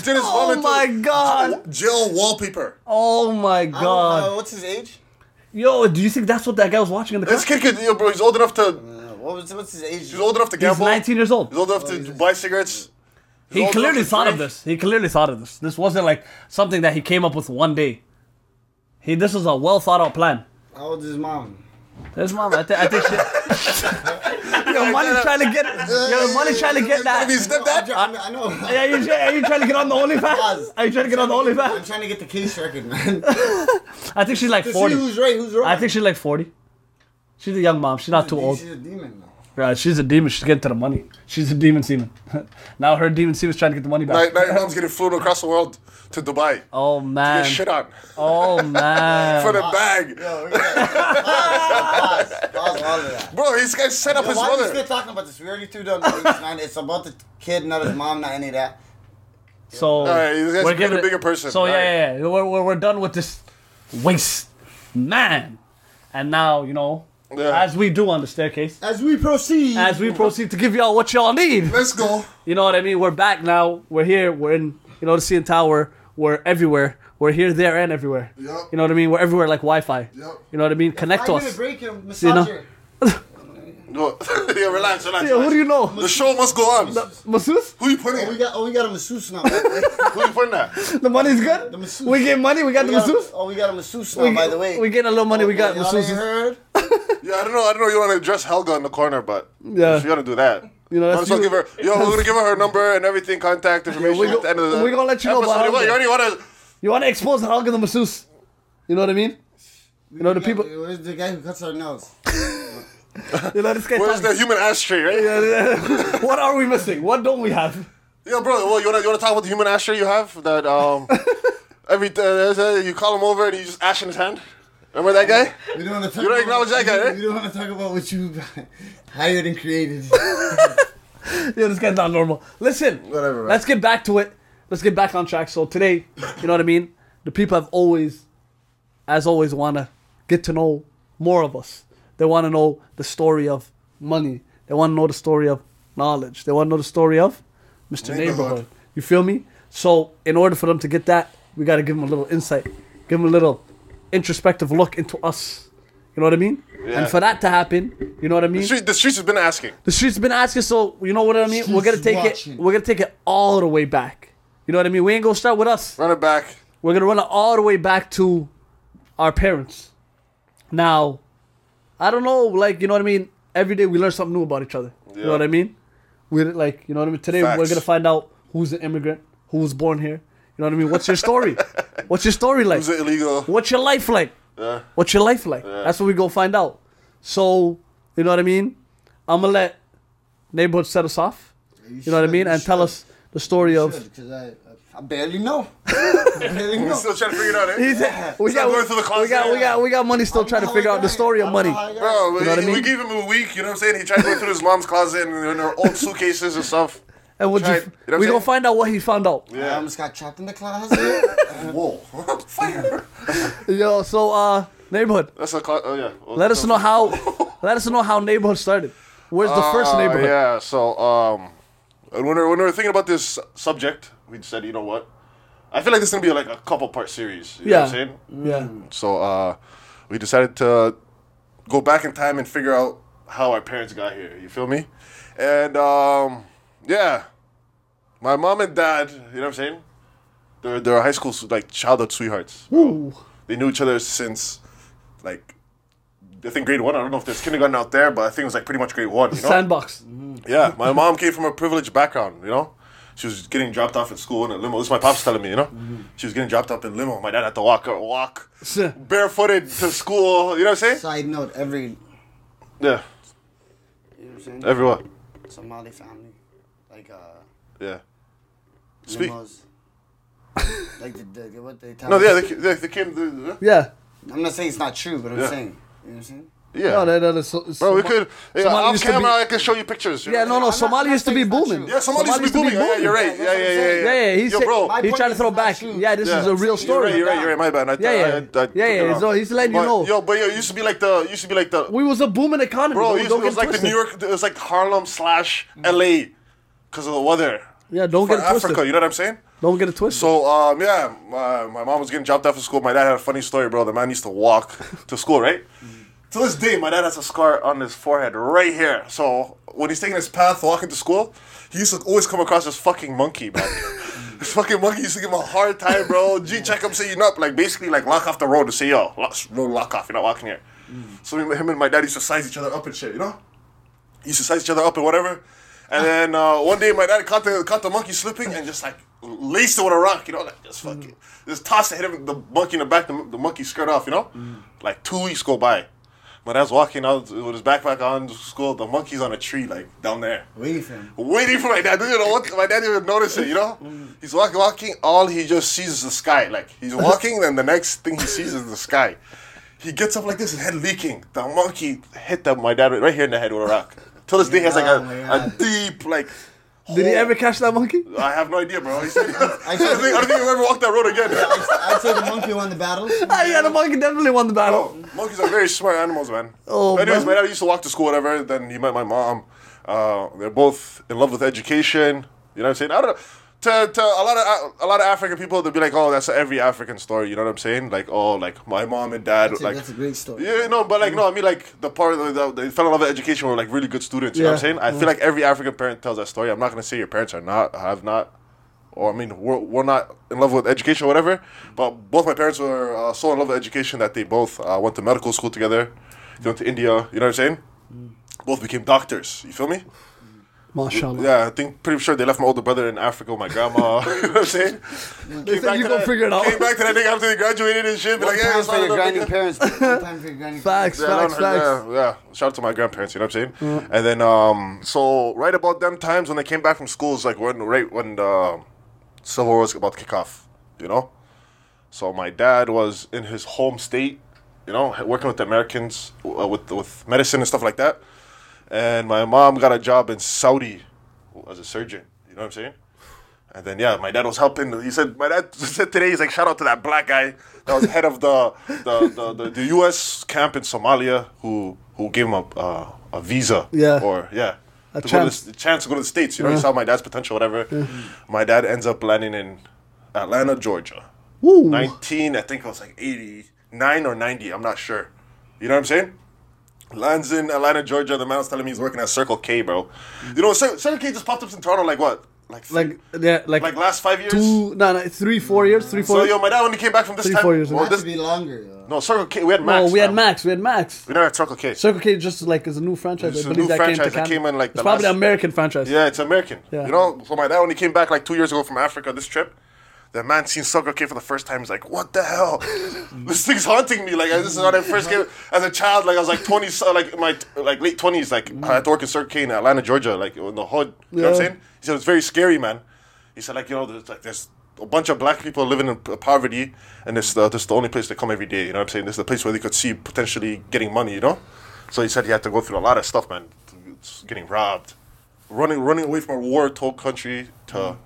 S3: turned his mom
S2: oh
S3: into
S2: my god.
S3: jail wallpaper.
S2: Oh my
S4: Uh,
S2: god.
S4: what's his age?
S2: Yo, do you think that's what that guy was watching in the car?
S3: This kid could, yo, bro, he's old enough to.
S4: Uh, what was what's his age?
S3: He's old enough to
S2: He's
S3: gamble.
S2: 19 years
S3: Oh, He's
S2: old.
S3: old enough to buy cigarettes. He's
S2: He
S3: old
S2: clearly
S3: enough to
S2: thought of
S3: drink.
S2: this. He clearly thought of this. This wasn't like something that he came up with one day. He this was a well thought out plan.
S4: How old is his mom?
S2: His mom, I, thi- I think
S3: *laughs*
S2: she. your money's trying to get. Your money's trying to get
S3: *laughs* If he's
S2: that.
S3: step dad,
S4: I, I know. I'm
S2: Are you, try- are you trying to get on the OnlyFans? Are you trying to get on the OnlyFans?
S4: trying to get the case record, man.
S2: I think she's like
S4: to see
S2: 40.
S4: who's right, who's wrong.
S2: I think she's like 40. She's a young mom. She's not too old.
S4: She's a demon. Now.
S2: Right, she's a demon. She's getting to the money. She's a demon semen. *laughs* now her demon semen's trying to get the money
S3: now,
S2: back.
S3: now your mom's getting flown across the world to Dubai.
S2: Oh
S3: Get
S2: man.
S3: shit on
S2: Oh
S3: *laughs* for
S2: man.
S3: the bag,
S4: Yo, we got- pause, pause all of that.
S3: bro. This guy set up
S4: Yo,
S3: his
S4: why are we still
S3: mother.
S4: talking about this? We already threw down the weeks, man. It's about the kid, not his mom, not any of that.
S2: So
S3: right, you guys
S2: we're
S3: create
S2: giving
S3: a
S2: it-
S3: bigger person.
S2: So yeah,
S3: All right.
S2: yeah, yeah. We're, we're, we're done with this waste, man. And now you know,
S3: Yeah.
S2: as we do on the staircase,
S3: *laughs*
S4: As we proceed.
S2: as we proceed to give y'all what y'all need.
S3: Let's go.
S2: You know what I mean? We're back now. We're here. We're in, you know, the CN Tower. We're everywhere. We're here, there, and everywhere.
S3: Yep.
S2: You know what I mean? We're everywhere like Wi Fi. You know what I mean? Connect
S4: I'm
S2: to
S4: gonna
S2: us.
S4: break him, massage
S2: know?
S4: her.
S3: No. *laughs* yeah, relax, relax.
S2: Yeah, who do you
S3: relax.
S2: know?
S3: The show must go on.
S2: Masseuse?
S3: Who you pointing
S4: Oh, we
S3: at?
S4: got, oh, we got a masseuse *laughs* now. by the
S3: Who you pointing at?
S2: The money's good?
S4: The masseuse.
S2: We get money? We got
S4: way.
S2: the
S4: We got a-
S2: masseuse?
S4: oh, we got a masseuse now,
S2: We,
S4: by the way. Oh,
S2: we getting a little money. We got
S4: Y'all ain't
S2: masseuses.
S4: heard?
S3: Yeah, I don't know. I don't know. You want to dress Helga in the corner, but
S2: Yeah.
S3: if you want to do that.
S2: You know,
S3: Might
S2: that's
S3: as well
S2: you.
S3: give her. Yo, we're gonna give her her number and everything,
S2: *laughs*
S3: contact information
S2: we go-
S3: at the end of the.
S2: we gonna let you know about Helga.
S3: episode. You already want to.
S2: You want to expose Helga the masseuse? You know what I mean? You know the
S4: We got-
S2: people.
S4: Where's the guy who cuts our nails?
S2: You know this guy.
S3: Where's the
S2: talking-
S3: human ashtray, right? Yeah,
S2: What are we missing? What don't we have?
S3: bro. Well, you wanna you wanna talk about the human ashtray you have that *laughs* um every uh, there's a- you call him over and you just ash in his hand. Remember that guy?
S4: We don't want to talk
S3: You don't
S4: about-
S3: acknowledge that guy,
S4: we-
S3: right?
S4: We don't want to talk about what you *laughs* hired and created.
S2: Yeah, this guy's not normal. Listen,
S4: Whatever, man.
S2: Let's get back to it. Let's get back on track. So today, you know what I mean. The people have always, as always, wanna get to know more of us. They wanna know the story of money. They wanna know the story of knowledge. They wanna know the story of Mr. Neighborhood.
S3: Neighborhood.
S2: You feel me? So in order for them to get that, we gotta give them a little insight. Give them a little introspective look into us. You know what I mean? And for that to happen, you know what I mean?
S3: The street- the streets have been asking.
S2: The streets been asking, so you know what I mean. We're
S4: Streets
S2: gonna take
S4: watching.
S2: it. We're gonna take it all the way back. You know what I mean. We ain't gonna start with us.
S3: Run it back.
S2: We're gonna run it all the way back to our parents. Now, I don't know, like you know what I mean. Every day we learn something new about each other. You
S3: Yeah.
S2: know what I mean. We're like, you know what I mean. Today we're
S3: Facts.
S2: gonna find out who's an immigrant, who was born here. You know what I mean. What's your
S3: *laughs*
S2: story? What's your story like?
S3: Who's it illegal?
S2: What's your life like? What's your life like? That's what we go find out. So, you know what I mean? I'm gonna let neighborhood set us off. You, know what I
S4: should,
S2: mean?
S4: you
S2: And tell
S4: should.
S2: us the story of.
S4: Because I, I- I barely know. *laughs* I barely know.
S3: We're still trying to figure it out, eh?
S2: He's- we,
S3: He's not
S2: got,
S3: going through the
S2: we
S3: closet.
S2: got we got we got money still *laughs* trying to figure out the story of money.
S3: Bro,
S2: know what I
S3: we,
S2: mean?
S3: we gave him a week, you know what I'm saying? He tried to go through his mom's closet and, and her old suitcases and stuff. Um,
S2: And we'll
S3: Tried-
S2: just,
S3: you know what I'm
S2: we gonna
S3: saying?
S2: find out what he found out.
S4: I almost got trapped in the
S3: *laughs*
S4: closet. Uh, Whoa.
S3: Fire!
S2: Yo, so uh neighborhood.
S3: That's a clo- oh yeah. Oh,
S2: Let us
S3: no.
S2: know
S3: *laughs*
S2: how let us know how neighborhood started. Where's the first
S3: Uh,
S2: neighborhood?
S3: Yeah, so um, when we, were, when we were thinking about this su- subject, we said, you know what? I feel like this is gonna be like a couple part series. You know what I'm saying?
S2: yeah.
S3: So uh, we decided to go back in time and figure out how our parents got here. You feel me? And um, yeah, my mom and dad. You know what I'm saying? They're they're high school s- like childhood sweethearts. bro.
S2: Ooh.
S3: They knew each other since like I think grade one. I don't know if there's kindergarten out there, but I think it was like pretty much grade one. You know?
S2: Sandbox. *laughs*
S3: Yeah, my mom came from a privileged background, you know? She was getting dropped off at school in a limo. This is my pops telling me, you know? She was getting dropped off in limo. My dad had to walk her, walk barefooted to school, you know what I'm saying?
S4: Side note, every, you
S3: Yeah,
S4: know what I'm saying?
S3: everyone.
S4: Somali family. Like, uh,
S3: Yeah. Speak.
S4: limos. like, the, the, what they tell
S3: No,
S4: us.
S3: yeah, they, ca- they, they came. They,
S2: Yeah.
S4: I'm not saying it's not true, but I'm
S3: Yeah.
S4: saying. You know what I'm saying?
S2: No,
S3: yeah.
S2: no, no, no, so,
S3: Bro, we could. Yeah,
S2: Somali
S3: off
S2: used to be-
S3: camera, I can show you pictures. you
S2: Yeah,
S3: know?
S2: no, no.
S4: I'm
S2: Somalia
S4: not- I'm
S2: used to
S4: saying
S2: be
S4: it's not
S2: booming.
S4: true.
S3: Yeah, somebody's
S2: Somali
S3: be booming. Yeah, you're right.
S4: Yeah,
S3: Yeah,
S4: that's what
S3: yeah,
S4: I'm
S3: yeah,
S4: saying.
S3: yeah.
S2: Yeah, yeah. He's
S3: Yo, bro.
S4: My
S2: he
S4: point
S2: tried to
S4: is
S2: throw
S4: it's not
S2: back.
S4: true.
S2: Yeah, this is a real
S3: You're
S2: story.
S3: right. You're right. You're right. My bad. I,
S2: Yeah, yeah.
S3: I, I, I
S2: Yeah, yeah,
S3: took it
S2: so
S3: off.
S2: he's letting you
S3: But,
S2: know.
S3: Yo, but yo, it used to be like the. it Used to be like the.
S2: We was a booming economy.
S3: Bro,
S2: don't,
S3: it, used-
S2: don't
S3: it was
S2: get
S3: like the
S2: twisted.
S3: New York, it was like Harlem slash LA because of the weather.
S2: Yeah, don't
S3: for
S2: get it twisted.
S3: Africa, you know what I'm saying?
S2: Don't get it twisted.
S3: So, um, yeah, my, my mom was getting dropped off at school. My dad had a funny story, bro. The man used to walk *laughs* to school, right? to this day, my dad has a scar on his forehead right here. So, when he's taking his path walking to school, he used to always come across this fucking monkey, man. *laughs* this fucking monkey used to give him a hard time, bro. G check him, say you're not. Like, basically, like, lock off the road to say, yo, lock, road lock off, you're not walking here. So, him him and my dad used to size each other up and shit, you know? used to size each other up and whatever. And then uh, one day my dad caught the caught the monkey slipping and just like laced it with a rock, you know, like just fucking just tossed it, hit him the monkey in the back, the, the monkey skirt off, you know. Like two weeks go by, my dad's walking out with his backpack on to school. The monkey's on a tree, like down there,
S4: Waiting for him.
S3: waiting for my dad. Didn't know what, my dad didn't even notice it, you know. He's walking, walking. All he just sees is the sky. Like he's walking, then the next thing he sees is the sky. He gets up like this, his head leaking. The monkey hit that my dad right here in the head with a rock. Till this day, he has like
S4: Oh my
S3: a, a
S4: God.
S3: deep like.
S2: Did he
S3: hole.
S2: ever catch that
S3: *laughs*
S2: monkey?
S3: I have no idea, bro. He said, *laughs* I, don't
S4: I
S3: think, I don't think he'll ever walk that road again.
S4: I'd say the monkey won the
S3: *laughs*
S4: battle.
S2: Ah, yeah, the monkey definitely won the battle.
S3: Oh, monkeys are very smart animals, man.
S2: Oh,
S3: But anyways,
S2: man.
S3: my dad used to walk to school, whatever. Then he met my mom. Uh, they're both in love with education. You know what I'm saying? I don't know. To, to a lot of a lot of African people, they'll be like, "Oh, that's every African story." You know what I'm saying? Like, "Oh, like my mom and dad."
S4: That's a-
S3: like,
S4: that's a great story.
S3: Yeah, no, but like, no, I mean, like the part of the, they fell in love with education were like really good students. You know what I'm
S2: Yeah.
S3: saying? I feel like every African parent tells that story. I'm not gonna say your parents are not, have not, or I mean, we're, we're not in love with education or whatever. But both my parents were uh, so in love with education that they both uh, went to medical school together. They went to India. You know what I'm saying? Both became doctors. You feel me?
S2: Mashallah.
S3: Yeah, I think pretty sure they left my older brother in Africa with my grandma. *laughs* you know what I'm saying? They
S2: said, "You gonna figure it out."
S3: Came back to that nigga after they graduated and shit. Be
S4: One
S3: like, yeah,
S4: time
S3: it's
S4: for
S3: not
S4: your
S3: enough,
S4: grinding
S3: nigga."
S4: parents. One
S3: *laughs*
S4: time for your grinding
S2: Facts,
S3: Yeah, I
S2: facts,
S3: don't-
S2: facts. Mm.
S3: Yeah, yeah. Shout out to my grandparents. You know what I'm saying? And then, um, so right about them times when they came back from school is like when right when the Civil War was about to kick off. You know, so my dad was in his home state. You know, working with the Americans uh, with with medicine and stuff like that. And my mom got a job in Saudi as a surgeon. You know what I'm saying? And then yeah, my dad was helping. He said my dad *laughs* said today he's like shout out to that black guy that was head of the the, the, the, the U.S. camp in Somalia who who gave him a uh, a visa
S2: Yeah.
S3: or yeah
S2: A
S3: to go to the
S2: chance.
S3: s- chance to go to the states. You know he saw my dad's potential, whatever. My dad ends up landing in Atlanta, Georgia.
S2: Woo.
S3: 19, I think it was like 89 or 90, I'm not sure. You know what I'm saying? Lands in Atlanta, Georgia. The man's telling me he's working at Circle K, bro. You know, Cir- Circle K just popped up in Toronto like what? Like,
S2: Like yeah, like,
S3: like last five years?
S2: two, no, no, three, four years, three, four.
S3: so, yo, my dad, when he came back from this
S2: Three,
S3: time.
S2: four years
S3: well,
S4: Had
S3: this-
S4: to be longer. Yo.
S3: no, Circle K, we had
S2: no,
S3: Max.
S2: Oh, we had
S3: fam.
S2: Max. We had Max.
S3: We never had Circle K.
S2: Circle K just like is a new franchise.
S3: It's
S2: I
S3: a
S2: believe
S3: new
S2: that came to
S3: franchise that
S2: Canada.
S3: came in, like,
S2: it's
S3: the
S2: probably
S3: last-
S2: an American franchise.
S3: Yeah, it's American.
S2: Yeah.
S3: You know, so my dad when he came back like two years ago from Africa, this trip, that man seen Soccer K for the first time. He's like, "What the
S2: *laughs*
S3: hell? this thing's haunting me." Like this is when I first came as a child. Like I was like twenty, so, like my like late twenties. Like I had to work in Circle K in Atlanta, Georgia, like in the hood. You know what I'm
S2: Yeah.
S3: saying? He said it's very scary, man. He said like you know there's like there's a bunch of black people living in p- poverty, and this the this is the only place they come every day. You know what I'm saying? This is the place where they could see potentially getting money. You know, so he said he had to go through a lot of stuff, man. It's getting robbed, running running away from a war-torn country to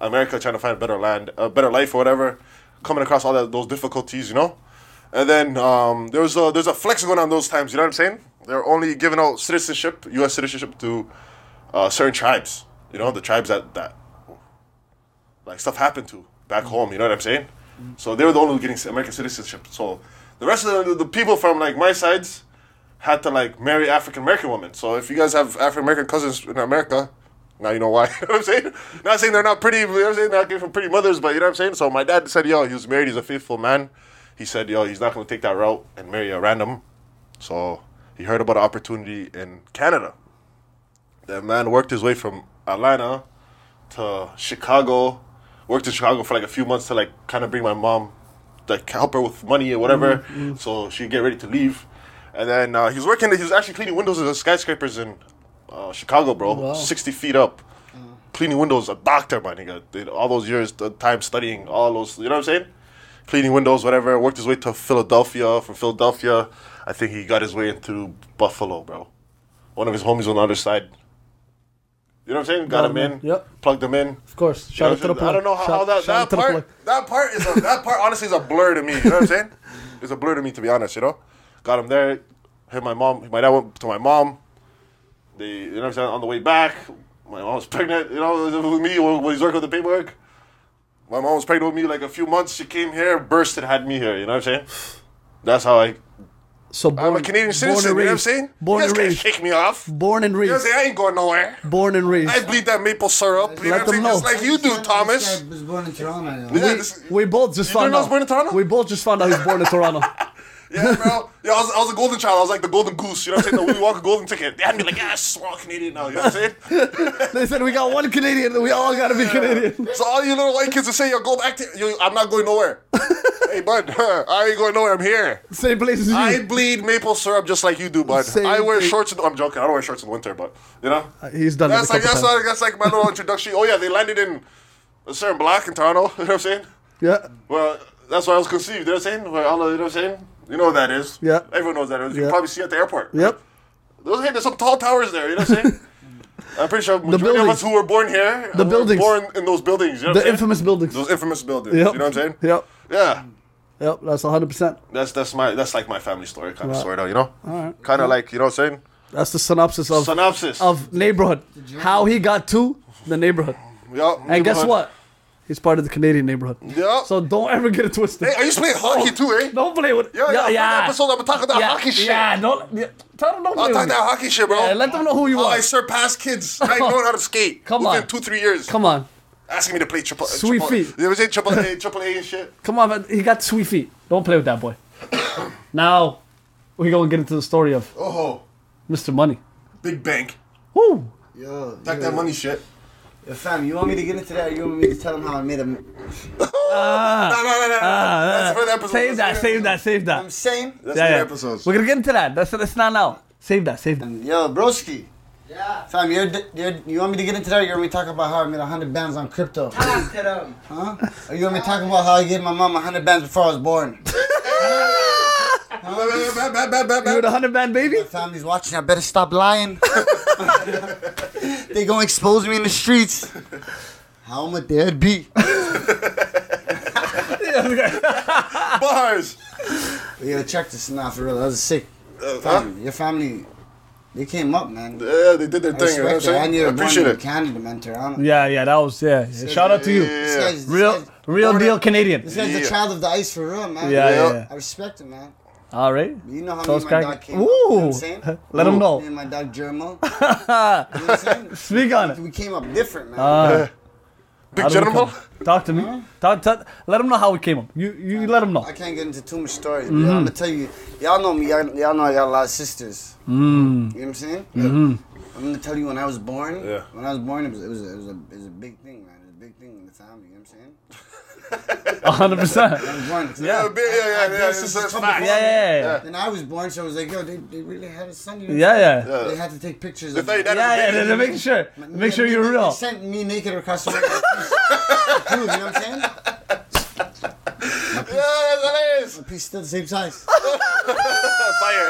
S3: America, trying to find a better land, a better life or whatever. Coming across all that, those difficulties, you know. And then um, there was a, there's a flex going on those times. You know what I'm saying? They're only giving out citizenship, U.S. citizenship to uh, certain tribes. You know, the tribes that, that like stuff happened to back home. You know what I'm saying? So they were the only ones getting American citizenship. So the rest of the, the people from like my sides had to like marry African American women. So if you guys have African American cousins in America, now you know why. *laughs* you know what I'm saying? Not saying they're not pretty. You know what I'm saying? They're not getting from pretty mothers, but you know what I'm saying. So my dad said, "Yo, he was married. He's a faithful man." He said, "Yo, he's not going to take that route and marry a random." So he heard about an opportunity in Canada. That man worked his way from Atlanta to Chicago. Worked in Chicago for like a few months to like kind of bring my mom, like help her with money or whatever, so she get ready to leave. And then uh, he was working. He was actually cleaning windows of the skyscrapers in uh, Chicago, bro.
S2: Wow.
S3: Sixty feet up, cleaning windows. A doctor, my nigga. Did all those years, the time studying, all those. You know what I'm saying? Cleaning windows, whatever. Worked his way to Philadelphia. From Philadelphia, I think he got his way into Buffalo, bro. One of his homies on the other side. You know what I'm saying? Got
S2: Got
S3: him
S2: him
S3: in.
S2: in. Yep.
S3: Plugged him in.
S2: Of course. Shout out to
S3: You know
S2: the
S3: what I'm saying?
S2: plug.
S3: I don't know how,
S2: Shout-
S3: how that,
S2: shout
S3: that
S2: out to the plug.
S3: part that part is a, that part honestly is a blur to me. You know what I'm saying? It's a blur to me to be honest. You know, got him there. Hit my mom. My dad went to my mom. They you know what I'm saying on the way back. My mom was pregnant. You know with me when when he's working with the paperwork. My mom was pregnant with me like a few months. She came here, burst, and had me here. You know what I'm saying? That's how I.
S2: So
S3: I'm
S2: born-
S3: a Canadian citizen.
S2: Born and
S3: You know what I'm
S2: raised.
S3: saying?
S2: Born
S3: you guys
S2: and
S3: can't
S2: raised.
S3: shake me off. You
S2: Born and
S3: know what I'm
S2: raised.
S3: saying? I ain't going nowhere.
S2: Born and raised.
S3: I bleed that maple syrup. You know
S2: Let
S3: what
S2: them
S3: I'm saying?
S2: know.
S3: Just like you do, Thomas.
S4: This guy was born in Toronto.
S3: Yeah,
S4: Yo.
S3: this-
S2: We both just
S3: You
S2: found
S3: didn't know I
S2: out.
S3: was born in Toronto?
S2: We both just found out he's born in
S3: *laughs*
S2: Toronto.
S3: Yeah, bro. Yeah, I was, I was a golden child. I was like the golden goose. You know what I'm saying? The Willy Wonka golden ticket. They had me like, ah, small Canadian now. You know what I'm saying?
S2: they said we got one Canadian. We all gotta be *laughs* Canadian.
S3: So all you little white kids that say, yo, go back to, yo, I'm not going
S2: *laughs*
S3: nowhere. hey, bud, *laughs* huh, I ain't going nowhere. I'm here.
S2: Same place as you.
S3: I bleed maple syrup just like you do, bud.
S2: Same
S3: I wear
S2: thing.
S3: shorts. In the, I'm joking. I don't wear shorts in the winter, but you know.
S2: he's done
S3: That's
S2: that.
S3: like
S2: a couple
S3: that's,
S2: times.
S3: like that's like my little introduction. Oh yeah, they landed in a certain block in Toronto. *laughs* You know what I'm saying?
S2: yeah.
S3: Well, that's why I was conceived. You know what I'm saying? Where all the, you know what I'm saying? You know what that is.
S2: Yeah.
S3: Everyone knows that is. You
S2: Yeah.
S3: probably see it at the airport.
S2: Yep.
S3: Those, hey, there's some tall towers there. You know what
S2: *laughs*
S3: I'm saying? I'm pretty sure majority of
S2: buildings.
S3: us who were born here the were
S2: buildings.
S3: born in those buildings. You know what I'm
S2: The
S3: saying?
S2: infamous buildings.
S3: Those infamous buildings.
S2: Yep.
S3: You know what I'm saying?
S2: Yep.
S3: Yeah.
S2: Yep. That's 100. percent
S3: That's that's my that's like my family story kind of
S2: Right.
S3: sort of you know.
S2: Alright.
S3: Kind of like you know what I'm saying.
S2: That's the synopsis of
S3: Synopsis.
S2: of neighborhood. How he got to the neighborhood.
S3: Yup.
S2: And guess
S3: Neighborhood.
S2: what? He's part of the Canadian neighborhood.
S3: Yup.
S2: So don't ever get it twisted.
S3: hey, I used to play hockey too, eh?
S2: Don't play with.
S3: Yeah, yeah.
S2: yeah.
S3: first
S2: yeah.
S3: Episode I'm talking that
S2: yeah,
S3: hockey shit.
S2: yeah, don't yeah, tell them don't play
S3: I'll
S2: with
S3: talk
S2: me.
S3: that hockey shit, bro.
S2: Yeah, let them know who you
S3: Oh,
S2: are.
S3: I surpassed
S2: *laughs*
S3: kids. I know how to skate.
S2: Come
S3: Within
S2: on.
S3: two, three years.
S2: Come on,
S3: Asking me to play triple.
S2: Sweet
S3: triple,
S2: feet.
S3: You know what I'm saying? Triple
S2: *laughs*
S3: A, triple A and shit.
S2: come on, man. He got sweet feet. Don't play with that boy. now we gonna get into the story of
S3: Oh,
S2: Mr. Money.
S3: big bank.
S2: Woo!
S4: Yo,
S3: Talk that money shit.
S2: Ah.
S4: yo, fam, you want me to get into that? Or you want me to tell him how I made him?
S3: No, no, no, no. That's for the episode.
S2: Ah, Save that,
S3: That's-
S2: save that, save
S4: I'm
S2: that.
S4: saying,
S3: That's
S2: Yeah,
S3: the
S2: yeah.
S3: episodes.
S2: We're gonna get into that. That's that's not now. Save that, save that.
S4: yo, broski. Yeah. Fam, you're, d- you're, you want me to get into that? Or you want me to talk about how I made hundred bands on crypto?
S5: Talk to them.
S4: Huh? Or you want me to talk about how I gave my mom hundred bands before I was born? *laughs*
S3: Bad, bad, bad, bad,
S2: You
S3: bad.
S2: the hundred man baby?
S4: Family's watching. I better stop lying. *laughs* they gonna expose me in the streets. How am I dead be?
S2: *laughs*
S3: Bars.
S4: Yo, check this now for real. That was sick.
S3: Uh, huh?
S4: Fam, your family, they came up, man.
S3: Yeah, they did their
S4: I
S3: thing. You know what I'm
S4: respect it. I
S3: saying?
S4: knew
S3: I
S4: it
S3: appreciate
S4: born in
S3: it.
S4: Canada, man, Toronto.
S2: Yeah, yeah, that was yeah. Shout out to you,
S4: This
S3: Yeah.
S4: guy's, this
S2: real,
S4: guy's,
S2: real
S3: Born
S2: deal
S3: in-
S2: Canadian.
S4: this guy's
S3: Yeah.
S4: the child of the ice for real, man.
S2: Yeah,
S3: Yeah.
S2: yeah,
S4: I respect him, man.
S2: All right.
S4: You know how me
S2: Toast
S4: and my
S2: crack-
S4: dog came
S2: Ooh.
S4: up. You know what I'm saying?
S2: *laughs* Let 'em
S4: Ooh.
S2: know.
S4: Me and my dog Germo. you know what
S3: *laughs*
S4: I'm saying?
S2: Speak on it.
S4: We came up different, man.
S2: Uh.
S3: Big gentleman.
S2: Talk to me. Talk, talk, let them know how it came up. You you let them know.
S4: I can't get into too much stories. but
S2: Mm-hmm.
S4: I'm gonna tell you, y'all know me. Y'all, y'all know I got a lot of sisters. Mm. You know what I'm saying?
S2: Mm-hmm.
S4: I'm gonna tell you when I was born.
S3: Yeah.
S4: When I was born, it was it was, it was, a, it was a big thing, man. It was a big thing in the family. You know what I'm saying?
S2: 100%.
S4: I was born. 'cause
S3: Yeah,
S4: I-
S3: yeah,
S4: I-
S3: yeah,
S4: I
S3: yeah.
S4: guess
S3: yeah,
S4: this
S3: It's,
S4: is
S3: it's
S4: coming
S3: facts.
S4: from-
S2: Yeah, yeah,
S4: And I was born, so I was like, yo, they, they really had a son. You know
S2: yeah.
S4: what I'm saying?
S2: Yeah, yeah.
S4: They had to take pictures
S3: Uh, They
S4: of
S3: thought your
S4: me.
S3: dad
S2: Yeah,
S3: was
S2: yeah,
S3: big.
S2: they're they're making sure. Make sure
S4: They-
S2: you're
S4: they- They
S2: real.
S4: sent me naked across *laughs* the way. Dude, you know what I'm saying?
S3: Yeah,
S2: *laughs*
S3: that's hilarious.
S4: My piece still the same size.
S3: Fire.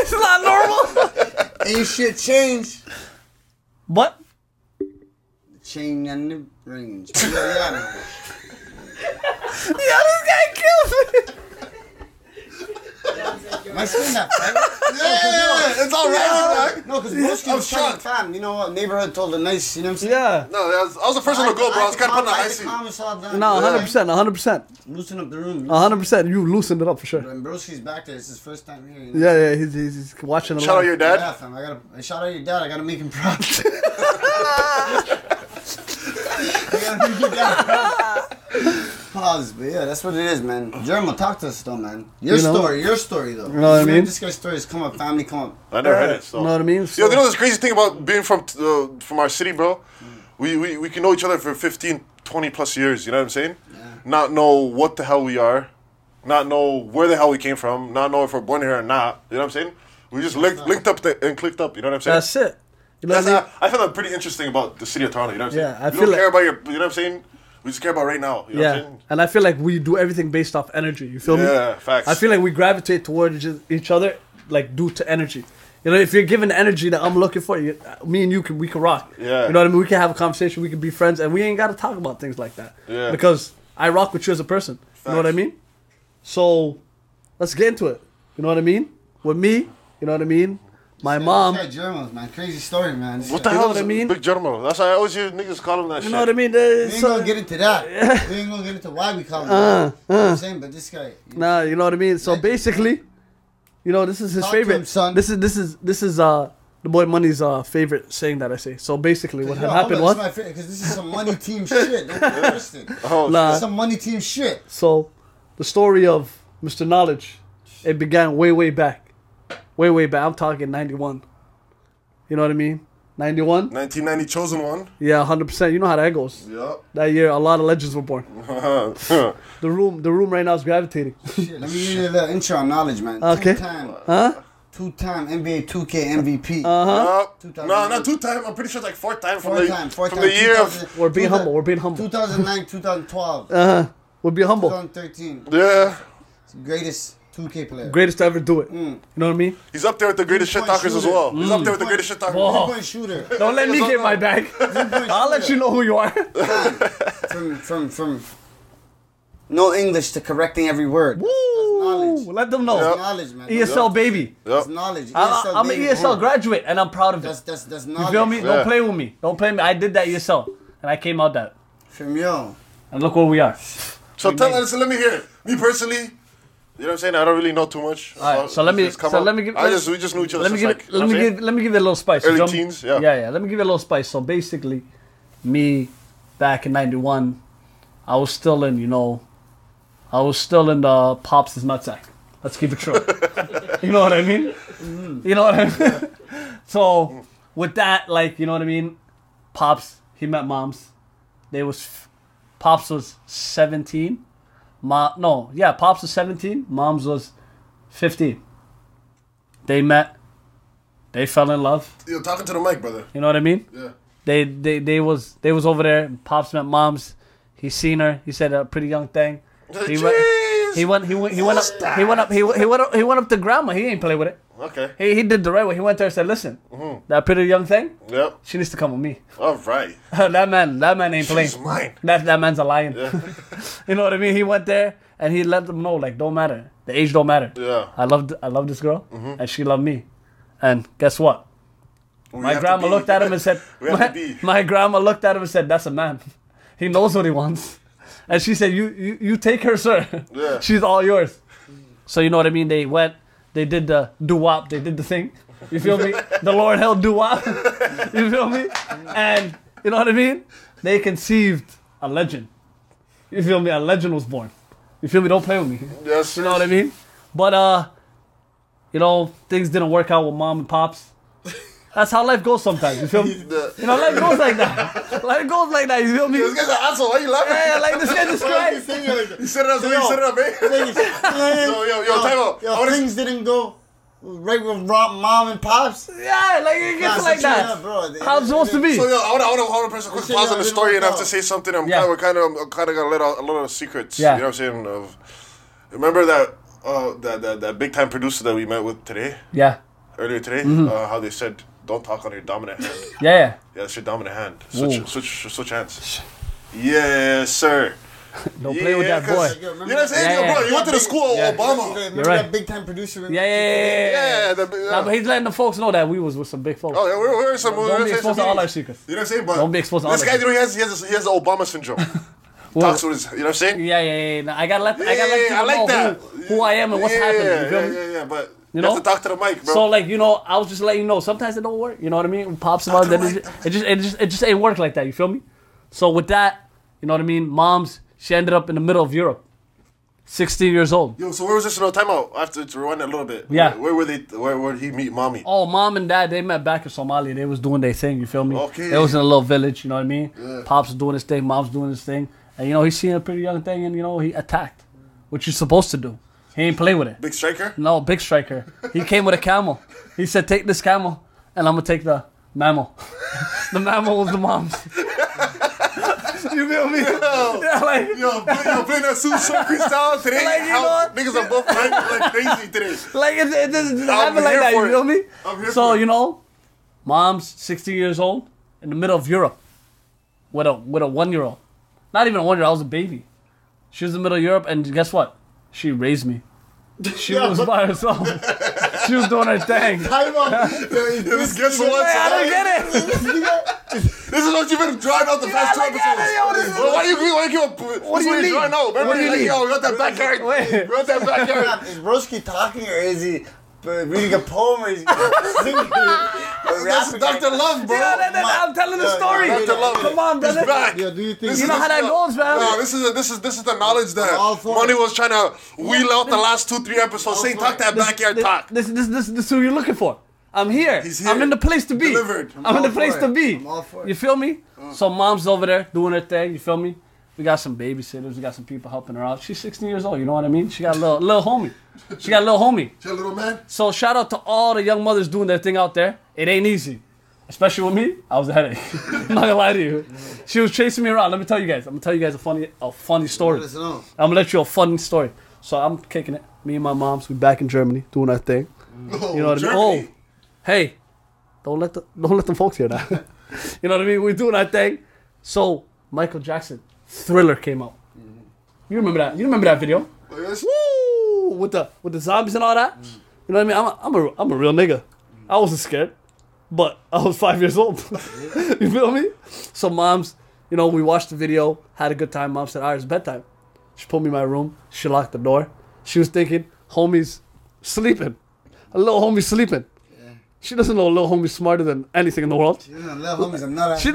S2: It's not normal. *laughs*
S4: Ain't shit changed.
S2: But
S4: Chain and the range. Yeah, man.
S2: yeah, this guy kills me.
S4: My skin got
S3: *laughs*
S4: fat. Yeah, it's all
S2: *laughs*
S4: right. No, because Broski
S3: I'm
S4: was trying to
S3: shocked.
S4: fam. You know what? Neighborhood told the nice. You know what I'm saying?
S2: Yeah.
S3: No, that was, I was the first one to go, bro. I was kind of putting the icy.
S2: No, hundred percent, Uh. hundred percent,
S4: Loosen up the room.
S2: hundred percent. You loosened it up for sure.
S4: When Broski's back there, it's his first time here. You know?
S2: Yeah, yeah. He's, he's, he's watching a
S3: Shout out
S2: lot.
S3: your
S4: Yeah,
S3: dad.
S4: fam. I gotta I shout out your dad. I gotta make him proud. *laughs* I gotta make your dad proud. Pause, but yeah, that's what it is, man. Jerma, talk to us though, man. Your
S2: You know?
S4: story, your story though. You
S2: know what I mean?
S4: This guy's story is come up, family come up.
S3: I never heard it. So.
S2: You know what I mean? So,
S3: Yo, you know this crazy thing about being from uh, from our city, bro? We, we we can know each other for 15, 20 plus years, you know what I'm saying? Not know what the hell we are, not know where the hell we came from, not know if we're born here or not, you know what I'm saying? We just linked, linked up the, and clicked up, you know what I'm saying?
S2: that's it. You know
S3: That's
S2: what I mean?
S3: not- I feel that pretty interesting about the city of Toronto, you know what I'm saying?
S2: Yeah, I
S3: we
S2: feel
S3: don't
S2: like-
S3: care about your, you know what I'm saying? We just care about right now, you know what I'm
S2: Yeah,
S3: saying?
S2: and I feel like we do everything based off energy. You feel me?
S3: Yeah, facts.
S2: I feel like we gravitate towards each- each other like due to energy. You know, if you're given the energy that I'm looking for, you, uh, me and you can we can rock.
S3: Yeah.
S2: You know what I mean? We can have a conversation. We can be friends, and we ain't gotta talk about things like that.
S3: Yeah.
S2: Because I rock with you as a person. You know what I
S3: Facts.
S2: mean? So, let's get into it. You know what I mean? With me, you know what I mean? My mom.
S4: This guy Jerma's man, crazy story, man. This
S3: What the
S4: guy-
S3: hell
S2: what
S3: is
S2: I mean?
S3: Big Germo? That's why I always hear niggas call him that
S2: You
S3: shit.
S2: know what I mean? Uh,
S4: We ain't
S2: so-
S4: gonna get into
S2: *laughs*
S4: that. we ain't gonna get into why we
S2: Uh,
S4: call him. that. You know what I'm saying, but this guy. you know,
S2: Nah, you know what I mean. So basically, you know, this is his
S4: Talk to
S2: favorite.
S4: him, son.
S2: This is this is this is uh the boy Money's uh favorite saying that I say. So basically, what
S4: yo,
S2: had
S4: hold
S2: happened was
S4: on, this is my favorite, 'cause this is some money team shit.
S3: *laughs*
S4: Don't get twisted.
S3: Oh,
S2: Nah.
S4: This is some money team shit.
S2: so the story of Mr. Knowledge. It began way way back, way way back. I'm talking '91. You know what I mean? '91.
S3: 1990 chosen one.
S2: Yeah, 100. percent You know how that goes.
S3: *laughs* Yeah.
S2: That year, a lot of legends were born.
S3: *laughs*
S2: The room, the room right now is
S4: *laughs*
S2: gravitating.
S4: Shit, let me give you the intro on knowledge, man.
S2: Okay.
S4: Two-time,
S2: Huh?
S4: two-time NBA 2K MVP.
S2: Uh-huh.
S3: Uh,
S4: Two-time
S3: no,
S4: MVP.
S3: not two time. I'm pretty sure it's like four time from
S4: Four
S3: the
S4: time, four
S3: from
S4: time,
S3: the year of
S4: 2000
S2: We're being
S4: two-
S2: humble. We're being humble.
S4: 2009, 2012,
S2: Uh-huh. We're being humble.
S4: 2013.
S3: yeah.
S4: Greatest 2K player.
S2: Greatest to ever do
S4: Mm.
S2: it. You know what I mean?
S3: He's up there with the greatest shit
S4: Three-point
S3: talkers as
S4: shooter. Mm.
S3: well. He's up there with
S4: Three-point-
S3: the greatest shit talkers.
S2: Whoa.
S4: Three-point shooter.
S2: Don't let me
S3: Yes,
S2: get
S3: no,
S2: my
S3: no.
S2: bag. Oh.
S4: *laughs*
S2: I'll let you know who you are.
S4: From, from, from no English to correcting every word.
S2: Woo!
S4: knowledge.
S2: Let them know.
S4: That's knowledge, man.
S2: ESL baby.
S4: That's knowledge.
S2: E I, I'm an
S4: E
S2: E
S4: baby.
S2: ESL graduate and I'm proud of
S4: That's,
S2: it.
S4: that's, that's
S2: You
S4: knowledge.
S2: feel me?
S3: Yeah.
S2: Don't play with me. Don't play me. I did that ESL and I came out that.
S4: From yo.
S2: And look where we are.
S3: So tell us, let me hear it. Me personally, you know what I'm saying? I don't really know too much.
S2: All right,
S3: about
S2: so let me
S3: this come
S2: so
S3: up.
S2: let me give
S3: I just we just knew each other.
S2: Let me
S3: since,
S2: give
S3: like,
S2: it- let me give let me give it a little spice.
S3: Early
S2: you feel me?
S3: teens, yeah.
S2: yeah, yeah. Let me give it a little spice. So basically, me back in '91, I was still in you know, I was still in the pops' nutsack. Let's keep it true.
S3: *laughs*
S2: you know what I mean?
S3: Mm.
S2: You know what I mean? *laughs* so with that, like you know what I mean, pops he met moms. They was f- pops was 17. Mom, no, yeah, pops was 17. Mom's was 15. They met. They fell in love.
S3: You're talking to the mic, brother.
S2: You know what I mean?
S3: Yeah.
S2: They they they was they was over there. Pops met moms. He seen her. He said a pretty young thing. He went.
S3: Jeez.
S2: He went. He went. He went up. He went up. He went. He went up, he went up to grandma. He ain't play with it.
S3: Okay.
S2: He he did the right way. He went to her and said, "Listen, that pretty young thing,
S3: Yep.
S2: she needs to come with me. *laughs*
S3: All right.
S2: that man, that man ain't playing.
S3: He's mine.
S2: That that man's a lion. *laughs* you know what I mean? He went there and he let them know like don't matter. The age don't matter.
S3: Yeah.
S2: I loved I love this girl and she loved me. And guess what? My grandma looked at him and said
S3: *laughs* We have to
S2: my,
S3: be.
S2: my grandma looked at him and said, That's a man. He knows what he wants. And she said, You you, you take her, sir. *laughs*
S3: Yeah.
S2: She's all yours. So you know what I mean? They went, they did the doo wop, they did the thing. You feel
S3: *laughs*
S2: me? The Lord held doo wop. *laughs* you feel me? And you know what I mean? They conceived a legend. You feel me? A legend was born. You feel me? Don't play with me.
S3: Yes.
S2: You know what I mean? But uh, you know, things didn't work out with mom and pops. That's how life goes sometimes. You
S3: *laughs*
S2: feel me? You know, life goes like that. Life goes like that. You feel me?
S3: This guy's an asshole. Why you laughing?
S2: Yeah, like
S3: *laughs*
S2: this guy described.
S3: You set it up, you set it up, eh? Yo,
S4: yo,
S3: yo, yo, Taiwo, I
S4: Yo,
S3: wanna-
S4: things didn't go right with Rob, mom, and pops.
S2: Yeah, like it gets
S4: Nah,
S2: like
S4: so
S2: that.
S4: yeah, bro, they-
S2: How it's supposed to be?
S3: So yo, I want to, I want to, hold a person quick
S4: Let's say
S3: pause on
S4: y'all
S3: the
S4: didn't
S3: story and I
S4: work
S3: have to
S4: out.
S3: say something. I'm
S2: Yeah.
S3: kind of, kind of, I'm kind of gonna let out a lot of secrets.
S2: Yeah.
S3: You know what I'm saying? Of, remember that, uh, that, that, that big time producer that we met with today,
S2: Yeah,
S3: earlier today,
S2: Mm-hmm.
S3: uh, how they said, don't talk on your dominant hand.
S2: yeah,
S3: yeah, that's your dominant hand. Switch,
S2: Ooh.
S3: switch, switch hands. Yes, sir.
S2: Don't play with that
S3: 'cause-
S2: boy.
S3: You know what I'm saying?
S2: Yeah,
S3: Yo, bro,
S2: yeah.
S3: you went to the school of
S2: Yeah.
S3: Obama.
S4: Remember
S2: You're right.
S4: that big time producer?
S2: yeah, yeah, yeah. yeah,
S3: Yeah,
S2: yeah.
S3: the, yeah.
S2: Nah, but he's letting the folks know that we was with some big folks.
S3: Oh, yeah, we're, we're some. we're
S2: Don't be
S3: some-
S2: exposed to all our secrets.
S3: You know what I'm saying? But
S2: Don't be exposed to all
S3: This
S2: our
S3: guy, you know, he has, he has, he has the
S2: *laughs*
S3: Obama syndrome. Talks with his, you know what I'm saying?
S2: Yeah, yeah, yeah. Nah, I gotta let, I
S3: Yeah,
S2: gotta let
S3: yeah,
S2: people
S3: I like
S2: know
S3: that.
S2: Who, who I am and what's
S3: yeah,
S2: happening. You feel
S3: Yeah,
S2: me?
S3: yeah, yeah, but you,
S2: know?
S3: have to talk to the mic, bro.
S2: So like you know, I was just letting you know. Sometimes it don't work. You know what I mean? Pops and all that. It just, it just it just it just ain't work like that. You feel me? So with that, you know what I mean? Mom's she ended up in the middle of Europe, sixteen years old.
S3: Yo, so where was this? No timeout. I have to, to rewind it a little bit.
S2: Yeah.
S3: Where were they? Where where did he meet mommy?
S2: Oh, mom and dad, they met back in Somalia. They was doing their thing, you feel me?
S3: Okay.
S2: They was in a little village, you know what I mean? Pops was doing his thing, mom's doing his thing. And, you know, he seen a pretty young thing and, you know, he attacked, which you're supposed to do. He ain't play with it.
S3: Big
S2: *laughs*
S3: striker.
S2: No, big striker. He came with a camel. He said, take this camel and I'm going to take the mammal. *laughs* the mammal was the mom's. *laughs* you feel me? Yeah, like,
S3: Yo, play, yo, playing that Sue so freestyle today.
S2: Like, you
S3: how-
S2: know what?
S3: niggas are both playing like crazy
S2: *laughs*
S3: today.
S2: Like it, it doesn't doesn't happen like
S3: here
S2: that.
S3: for
S2: You
S3: it.
S2: feel me?
S3: I'm here
S2: so
S3: for it.
S2: you know, mom's 60 years old in the middle of Europe with a with a one year old. Not even a one year. old I was a baby. She was in the middle of Europe, and guess what? She raised me. She was by herself. she was doing her
S3: *laughs*
S2: thing.
S4: *laughs*
S3: This gets
S4: Yo,
S3: one
S2: I
S3: side.
S2: don't get it.
S4: *laughs*
S3: This is what you've been drawing out the past two
S2: I don't get
S3: episodes.
S2: it, yo, this is-
S3: Bro, why you why you give up? What
S2: do you
S3: you
S2: need?
S3: drawing out? Remember,
S2: What do you
S3: like,
S2: need?
S3: yo, we got that backyard.
S2: Wait.
S3: We got that backyard.
S4: Is Broski talking or is he uh, reading a poem or is he *laughs* singing?
S3: That's *laughs* Doctor Love, bro.
S2: Yo, that- that- I'm telling the story.
S4: Yo, yo,
S3: Doctor Love.
S2: Come on,
S3: He's
S2: brother.
S3: back.
S4: Yo, do you think
S3: This
S2: You
S3: is-
S2: know how
S3: this
S2: that
S3: is-
S2: goes, man.
S3: No, this is this is this is the knowledge that
S4: all for
S3: Money
S4: it.
S3: was trying to wheel out the last two three episodes. Saying
S4: for
S3: talk
S4: it.
S3: that backyard
S2: This-
S3: talk.
S2: This, this, this, this is who you're looking for. I'm here.
S3: He's here.
S2: I'm in the place to be.
S3: Delivered.
S2: I'm,
S3: I'm
S2: in the
S4: all for
S2: place
S4: it.
S2: to be.
S4: I'm all for it.
S2: You feel me? So mom's over there doing her thing. You feel me? We got some babysitters. We got some people helping her out. She's 16 years old. You know what I mean? She got a little little homie. She got a little homie.
S3: Your little man.
S2: So shout out to all the young mothers doing their thing out there. It ain't easy. Especially with me, I was a headache. *laughs* I'm not gonna lie to you. She was chasing me around. Let me tell you guys. I'm gonna tell you guys a funny, a funny story.
S4: Let us know.
S2: I'm gonna let you a funny story. So I'm kicking it. Me and my moms, we back in Germany doing our thing.
S3: Oh,
S2: You know what I mean?
S3: Germany.
S2: Oh, hey, don't let the don't let them folks hear *laughs* that. you know what I mean? We're doing our thing. So Michael Jackson, Thriller came out. You remember that? You remember that video?
S3: Yes.
S2: Woo! With the with the zombies and all that. You know what I mean? I'm a, I'm a I'm a real nigga. I wasn't scared, but I was five years old. *laughs* you feel me? So moms, you know, we watched the video, had a good time. Mom said, "All right, it's bedtime." She put me in my room. She locked the door. She was thinking, "Homie's sleeping. A little homie sleeping." She doesn't know a little homie's smarter than anything in the world. She doesn't know. She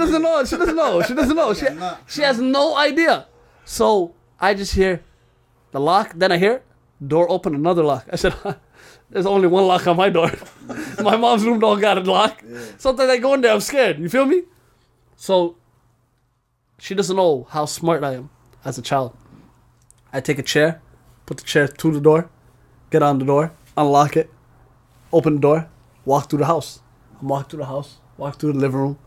S2: doesn't know. She doesn't know. She,
S4: Yeah, nah.
S2: she has no idea. So I just hear the lock. Then I hear door open, another lock. I said, *laughs* "There's only one lock on my door. *laughs* my mom's room don't got a lock. Sometimes I go in there, I'm scared. You feel me? So she doesn't know how smart I am as a child. I take a chair, put the chair to the door, get on the door, unlock it, open the door, walk through the house. I walk through the house, walk through the living room,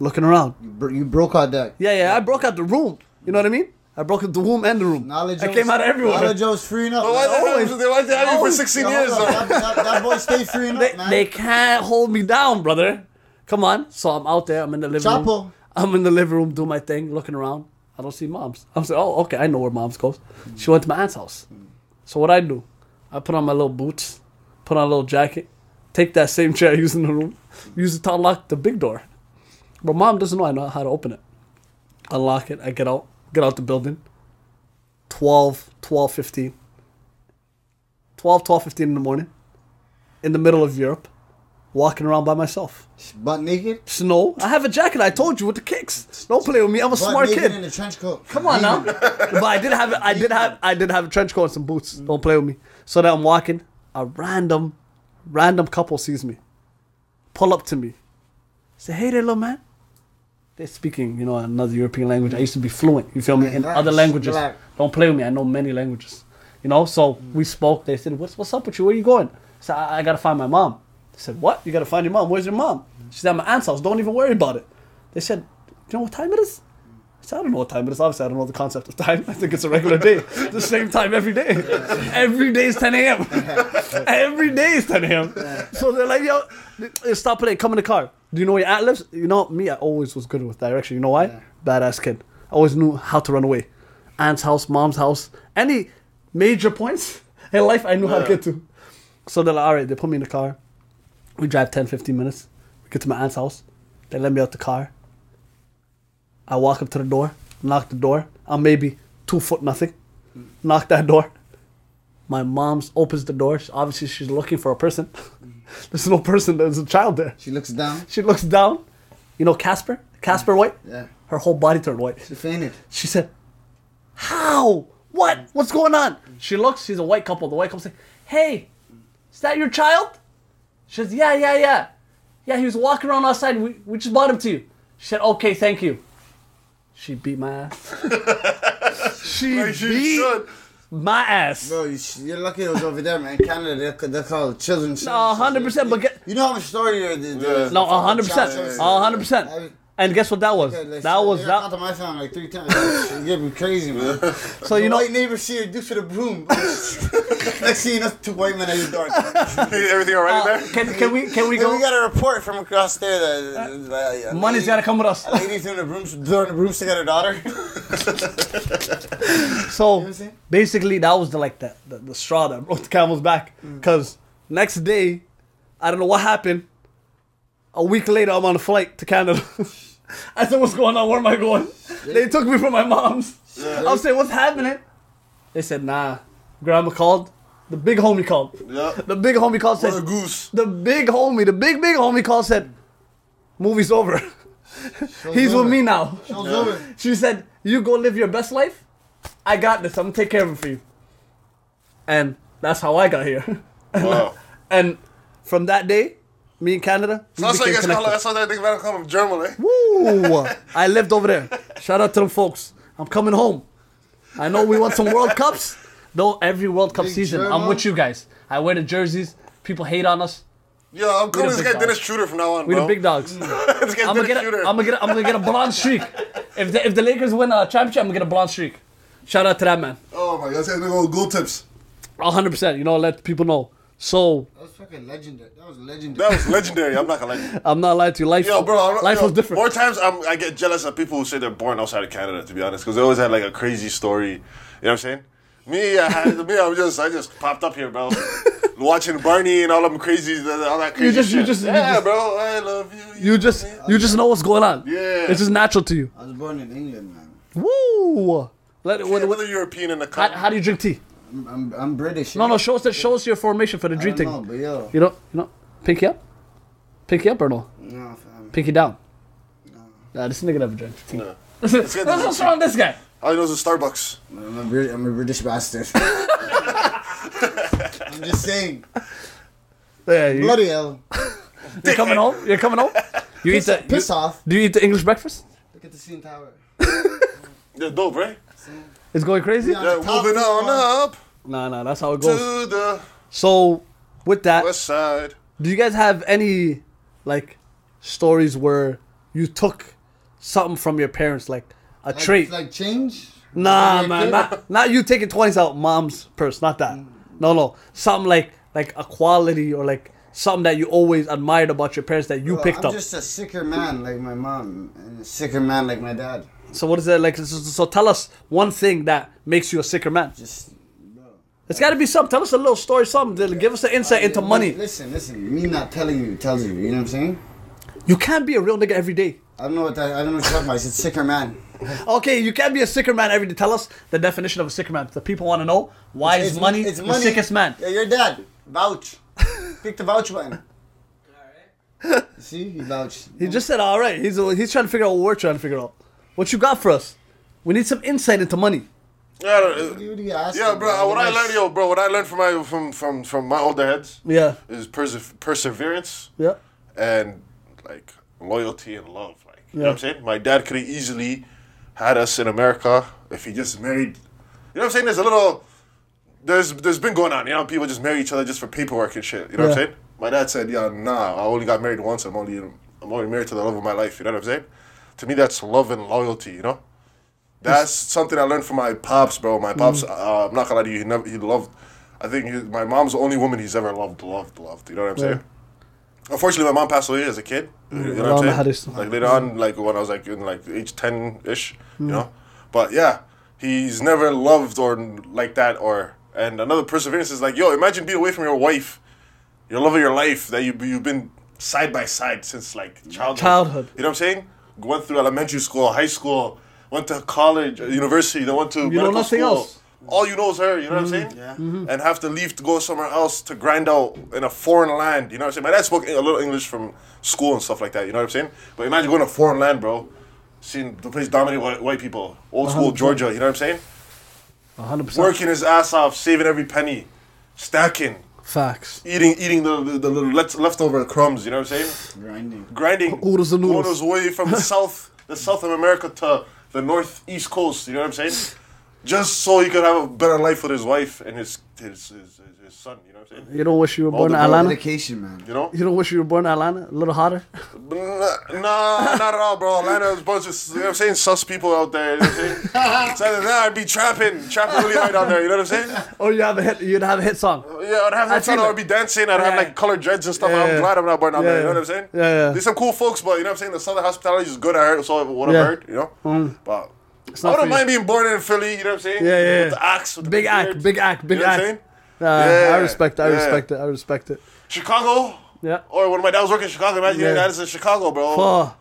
S2: looking around.
S4: You broke our deck.
S2: Yeah, yeah, I broke out the room. You know what I mean? I broke out the womb and the room.
S4: Knowledge
S2: I
S4: was-
S2: came out everywhere.
S4: Knowledge was freeing up.
S3: But why the hell was they- why they have you for
S2: Always.
S3: 16
S4: Yo, hold
S3: years
S4: up.
S3: though?
S4: That, that, that boy stayed freeing
S2: They,
S4: up, man.
S2: they can't hold me down, brother. Come on. So I'm out there. I'm in the living room.
S4: Chapo.
S2: I'm in the living room doing my thing, looking around. I don't see moms. I'm saying, oh, okay, I know where moms goes. She went to my aunt's house. So what I do, I put on my little boots, put on a little jacket, take that same chair I use in the room, use it to unlock the big door. But mom doesn't know I know how to open it. Unlock it. I get out, get out the building. 12, 12, 15. 12, 12, 15 in the morning, in the middle of Europe, walking around by myself.
S4: Butt naked?
S2: Snow. I have a jacket. I told you with the kicks. Don't play with me. I'm a
S4: Butt
S2: smart
S4: naked
S2: kid.
S4: in a trench coat.
S2: Come on now. but I did have I did have I did have a trench coat and some boots. Don't play with me. So that I'm walking, a random, random couple sees me, pull up to me, say, "Hey there, little man." They're speaking, you know, another European language. I used to be fluent. You feel me? In
S4: Relax,
S2: other languages.
S4: relax.
S2: Don't play with me. I know many languages. You know. So we spoke. They said, "What's what's up with you? Where you going?" So I, I gotta find my mom. They said, "What? You gotta find your mom? Where's your mom?" She's at my aunt's house. Don't even worry about it. They said, "You know what time it is?" So I don't know what time it is. Obviously, I don't know the concept of time. I think it's a regular day. the same time every day. every day is 10 a.m. every day is 10 a.m. So they're like, yo, th- stop playing. Come in the car. Do you know where your aunt lives? You know, me, I always was good with direction. You know why? Badass kid. I always knew how to run away. Aunt's house, mom's house. Any major points *laughs* in life, I knew how to get to. So they're like, all right, they put me in the car. We drive 10, 15 minutes. We get to my aunt's house. They let me out the car. I walk up to the door, knock the door. I'm maybe two foot nothing. Knock that door. My mom opens the door. She- Obviously, she's looking for a person. *laughs* There's no person. There's a child there.
S4: She looks down.
S2: She looks down. You know Casper? Casper White?
S4: Yeah.
S2: Her whole body turned white.
S4: She fainted.
S2: She said, How? What? What's going on? She looks, she's a white couple. The white couple say, Hey, is that your child? She says, Yeah, yeah, yeah. Yeah, he was walking around outside. We, we just bought him to you. She said, Okay, thank you. She beat my ass.
S3: *laughs*
S2: she
S3: Like you
S2: beat
S3: should.
S2: my ass.
S4: Bro, you sh- you're lucky it was over there, man. Canada, they're, ca- they're called children's.
S2: No,
S4: services.
S2: 100%, but get-
S4: You know how much story there is. there is.
S2: No, 100%.
S4: Child services.
S2: 100%. And guess what that was?
S4: Yeah, like,
S2: That was
S4: they
S2: that.
S4: got to my family like three times. It gave me crazy, man.
S2: So you
S4: the
S2: know-
S4: white neighbors see her deuce with a broom. *laughs* Next thing you know, two white men
S2: *laughs*
S4: at your door.
S3: Everything all right
S2: Uh,
S3: in
S2: *laughs*
S3: there?
S2: can, can we can we
S4: Hey,
S2: go?
S4: we got a report from across there that uh, uh,
S2: Money's gotta come with us.
S4: Lady throwing a broom, throwing a broomstick at
S2: *laughs*
S4: her daughter. *laughs*
S2: So
S4: I'm saying?
S2: basically, that was the like the, the, the straw that *laughs* broke the camel's back.
S4: Mm.
S2: Cause next day, I don't know what happened. A week later, I'm on a flight to Canada. *laughs* I said, "What's going on? Where am I going?" They took me from my mom's. I'm saying, "What's happening?" They said, "Nah." Grandma called. The big homie called.
S3: Yeah.
S2: The big homie called.
S3: What a
S2: *laughs* Said,
S3: goose.
S2: the big homie, the big big homie called. Said, "Movie's over. *laughs* He's with
S4: over.
S2: me now."
S4: Show's over.
S2: She said, "You go live your best life. I got this. I'm gonna take care of it for you." And that's how I got here. *laughs*
S3: Wow.
S2: and from that day, me in Canada, we
S3: That's why you
S2: became
S3: guys call
S2: connected.
S3: that's why that thing about call him German, eh?
S2: Woo! *laughs* I lived over there. Shout out to them folks. I'm coming home. I know we want some World Cups. Though every World Cup
S4: Big
S2: season, I'm
S4: German.
S2: with you guys. I wear the jerseys. People hate on us.
S3: Yo, I'm calling
S2: the
S3: this
S2: big
S3: guy
S2: dog.
S3: Dennis Schroeder from now on,
S2: We're
S3: bro.
S2: the
S3: *laughs*
S2: big dogs.
S3: this guy's
S2: I'm gonna
S3: Dennis
S2: get a,
S3: Schroeder.
S2: I'm gonna get a, I'm gonna get a blonde streak. If the, if the Lakers win a championship, I'm gonna get a blonde streak. Shout out to that man.
S3: oh my god, this guy's gonna go with goal tips.
S2: A hundred percent. You know, let people know. So
S4: That was fucking legendary. That was legendary.
S3: That was legendary. I'm not gonna lie. to you.
S2: I'm not lying to you. Life,
S3: Yo, bro, I'm not-
S2: life
S3: yo,
S2: was different.
S3: More times, I'm, I get jealous of people who say they're born outside of Canada. To be honest, because they always had like a crazy story. You know what I'm saying? Me, I had, *laughs* me, I'm just, I just popped up
S2: *laughs*
S3: here, bro. Watching Barney and all them crazy, all that crazy
S2: just- you
S3: shit.
S2: just- you
S3: yeah,
S2: just-
S3: bro, I love you.
S2: you just you just know what's going on.
S3: Yeah.
S2: It's just natural to you.
S4: I was born in England, man.
S2: Woo. Let,
S3: Yeah,
S2: what, what,
S3: another European in the
S2: how,
S3: cup.
S2: how do you drink tea?
S4: I'm, I'm, I'm British.
S2: No,
S4: yeah.
S2: no. Show us that. Show us your formation for the
S4: I
S2: drink
S4: don't
S2: thing.
S4: know, but yo,
S2: You know. You know. Pinky up. Pinky up or no?
S4: no, fam.
S2: Pinky down. Nah, this nigga never drank tea.
S3: No.
S2: *laughs* What's
S3: get this-
S2: what's wrong with this guy?
S3: All he knows is Starbucks.
S4: I'm a, Brit- I'm a British bastard. *laughs* I'm just saying.
S2: Yeah, you,
S4: Bloody hell.
S2: you're coming home. You're coming home. You eat the.
S4: Piss
S2: you-
S4: off.
S2: do you eat the English breakfast?
S4: Look at the scene tower.
S3: They're dope, right?
S2: It's going crazy.
S4: Yeah.
S3: Yeah,
S4: Top
S3: moving on
S4: floor.
S3: up
S2: Nah, nah. That's how it
S3: to
S2: goes.
S3: the
S2: So, with that,
S3: west side.
S2: Do you guys have any like stories where you took something from your parents, like a
S4: Like,
S2: trait?
S4: Like change?
S2: nah,
S4: Like, Mm.
S2: man,
S4: *laughs* kid?
S2: not, not you taking twenties out mom's purse, not that. No, no, something like like a quality or like something that you always admired about your parents that you
S4: Well,
S2: picked
S4: I'm
S2: up.
S4: just a sicker man like my mom and a sicker man like my dad.
S2: So what is that like? So, so tell us one thing that makes you a sicker man.
S4: Just bro.
S2: It's got to be something. Tell us a little story, something. that'll Give us an insight into
S4: Li-
S2: money.
S4: Listen, listen. Me not telling you tells you. You know what I'm saying?
S2: You can't be a real nigga every day.
S4: I don't know what that. I don't know what you're talking about. I said sicker man.
S2: okay, you can't be a sicker man every day. Tell us the definition of a sicker man. The people want to know why is money
S4: it's
S2: the sickest man.
S4: Yeah, your dad.
S2: *laughs*
S4: Vouch. Pick the vouch button. See, he vouched.
S2: He just said, all right. He's he's trying to figure out what we're trying to figure out. What you got for us? We need some insight into money.
S3: Yeah, I don't-
S4: What do you ask?
S3: yeah,
S4: him,
S3: bro. What I
S4: Nice.
S3: learned, yo, bro. What I learned from my from from from my older heads
S2: Yeah,
S3: is perse- perseverance
S2: yeah,
S3: and like loyalty and love. Like, you know
S2: Yeah.
S3: what I'm saying? My dad could have easily had us in America if he just married. You know what I'm saying? There's a little. There's there's been going on. You know, people just marry each other just for paperwork and shit. You know what
S2: Yeah.
S3: I'm saying? My dad said, "Yeah, nah. I only got married once. I'm only I'm only married to the love of my life." You know what I'm saying? To me, that's love and loyalty. You know. That's something I learned from my pops, bro. My pops,
S2: Mm.
S3: uh, I'm not gonna lie to you, he never he loved. I think he, my mom's the only woman he's ever loved, loved, loved. You know what I'm
S2: Yeah.
S3: saying? Unfortunately, my mom passed away as a kid. You know
S2: Around
S3: what
S2: the
S3: I'm
S2: Haddis-
S3: saying? Like later on, like when I was like in like age ten ish, you know. But yeah, he's never loved or n- like that or. And another perseverance is like, yo, imagine being away from your wife, your love of your life that you you've been side by side since like childhood.
S2: Childhood.
S3: You know what I'm saying? Went through elementary school, high school, went to college, uh, university, then went to
S2: know
S3: medical
S2: nothing
S3: school.
S2: else. Mm-hmm.
S3: All you know is her, you know what I'm saying?
S4: yeah.
S3: And have to leave to go somewhere else to grind out in a foreign land, you know what I'm saying? My dad spoke a little English from school and stuff like that, you know what I'm saying? But imagine going to a foreign land, bro, seeing the place dominated by white people, old school
S2: Uh-huh.
S3: Georgia, you know what I'm saying?
S2: 100 percent
S3: Working his ass off, saving every penny, stacking,
S2: facts.
S3: eating eating the, the, the little left, leftover crumbs, you know what I'm saying?
S4: Grinding.
S3: grinding
S2: Oodles and
S3: going
S2: noodles.
S3: his way from the south, the south of America to the northeast coast. You know what I'm saying? Just so he could have a better life with his wife and his his, his, his, his son. You know what I'm saying?
S2: You don't wish you were born in
S3: the
S2: Atlanta.
S4: Dedication, man.
S3: You know?
S2: You don't wish you were born in Atlanta. A little hotter. *laughs*
S3: But n- Nah, not at all, bro. Atlanta is a bunch of you know what I'm saying sus people out there. You know what I'm saying? so other than that, I'd be trapping, trapping really hard out there. You know what I'm saying?
S2: Or you have a hit. You'd have a hit song.
S3: Yeah, I'd
S2: I've
S3: have that
S2: seen
S3: son. I'd
S2: it.
S3: be dancing. I'd
S2: Yeah.
S3: have like colored dreads and stuff.
S2: Yeah, yeah.
S3: I'm glad I'm not born out
S2: Yeah,
S3: there. You know
S2: yeah.
S3: what I'm saying?
S2: Yeah, yeah.
S3: There's some cool folks, but you know what I'm saying. The southern hospitality is good. I heard. So what I've
S2: Yeah. Mm.
S3: heard, you know. But
S2: not
S3: I
S2: for
S3: wouldn't
S2: you.
S3: mind being born in Philly. You know what I'm saying?
S2: Yeah, yeah,
S3: With
S2: yeah.
S3: the axe, with the
S2: Big act,
S3: beard,
S2: big act, big
S3: You know what I'm
S2: act.
S3: saying?
S2: Uh, I
S3: Yeah,
S2: respect. I
S3: yeah.
S2: respect it. I respect it.
S3: Chicago.
S2: Yeah.
S3: Or when my dad was working in Chicago, imagine
S2: Yeah.
S3: yeah. that is in Chicago, bro.
S2: Oh,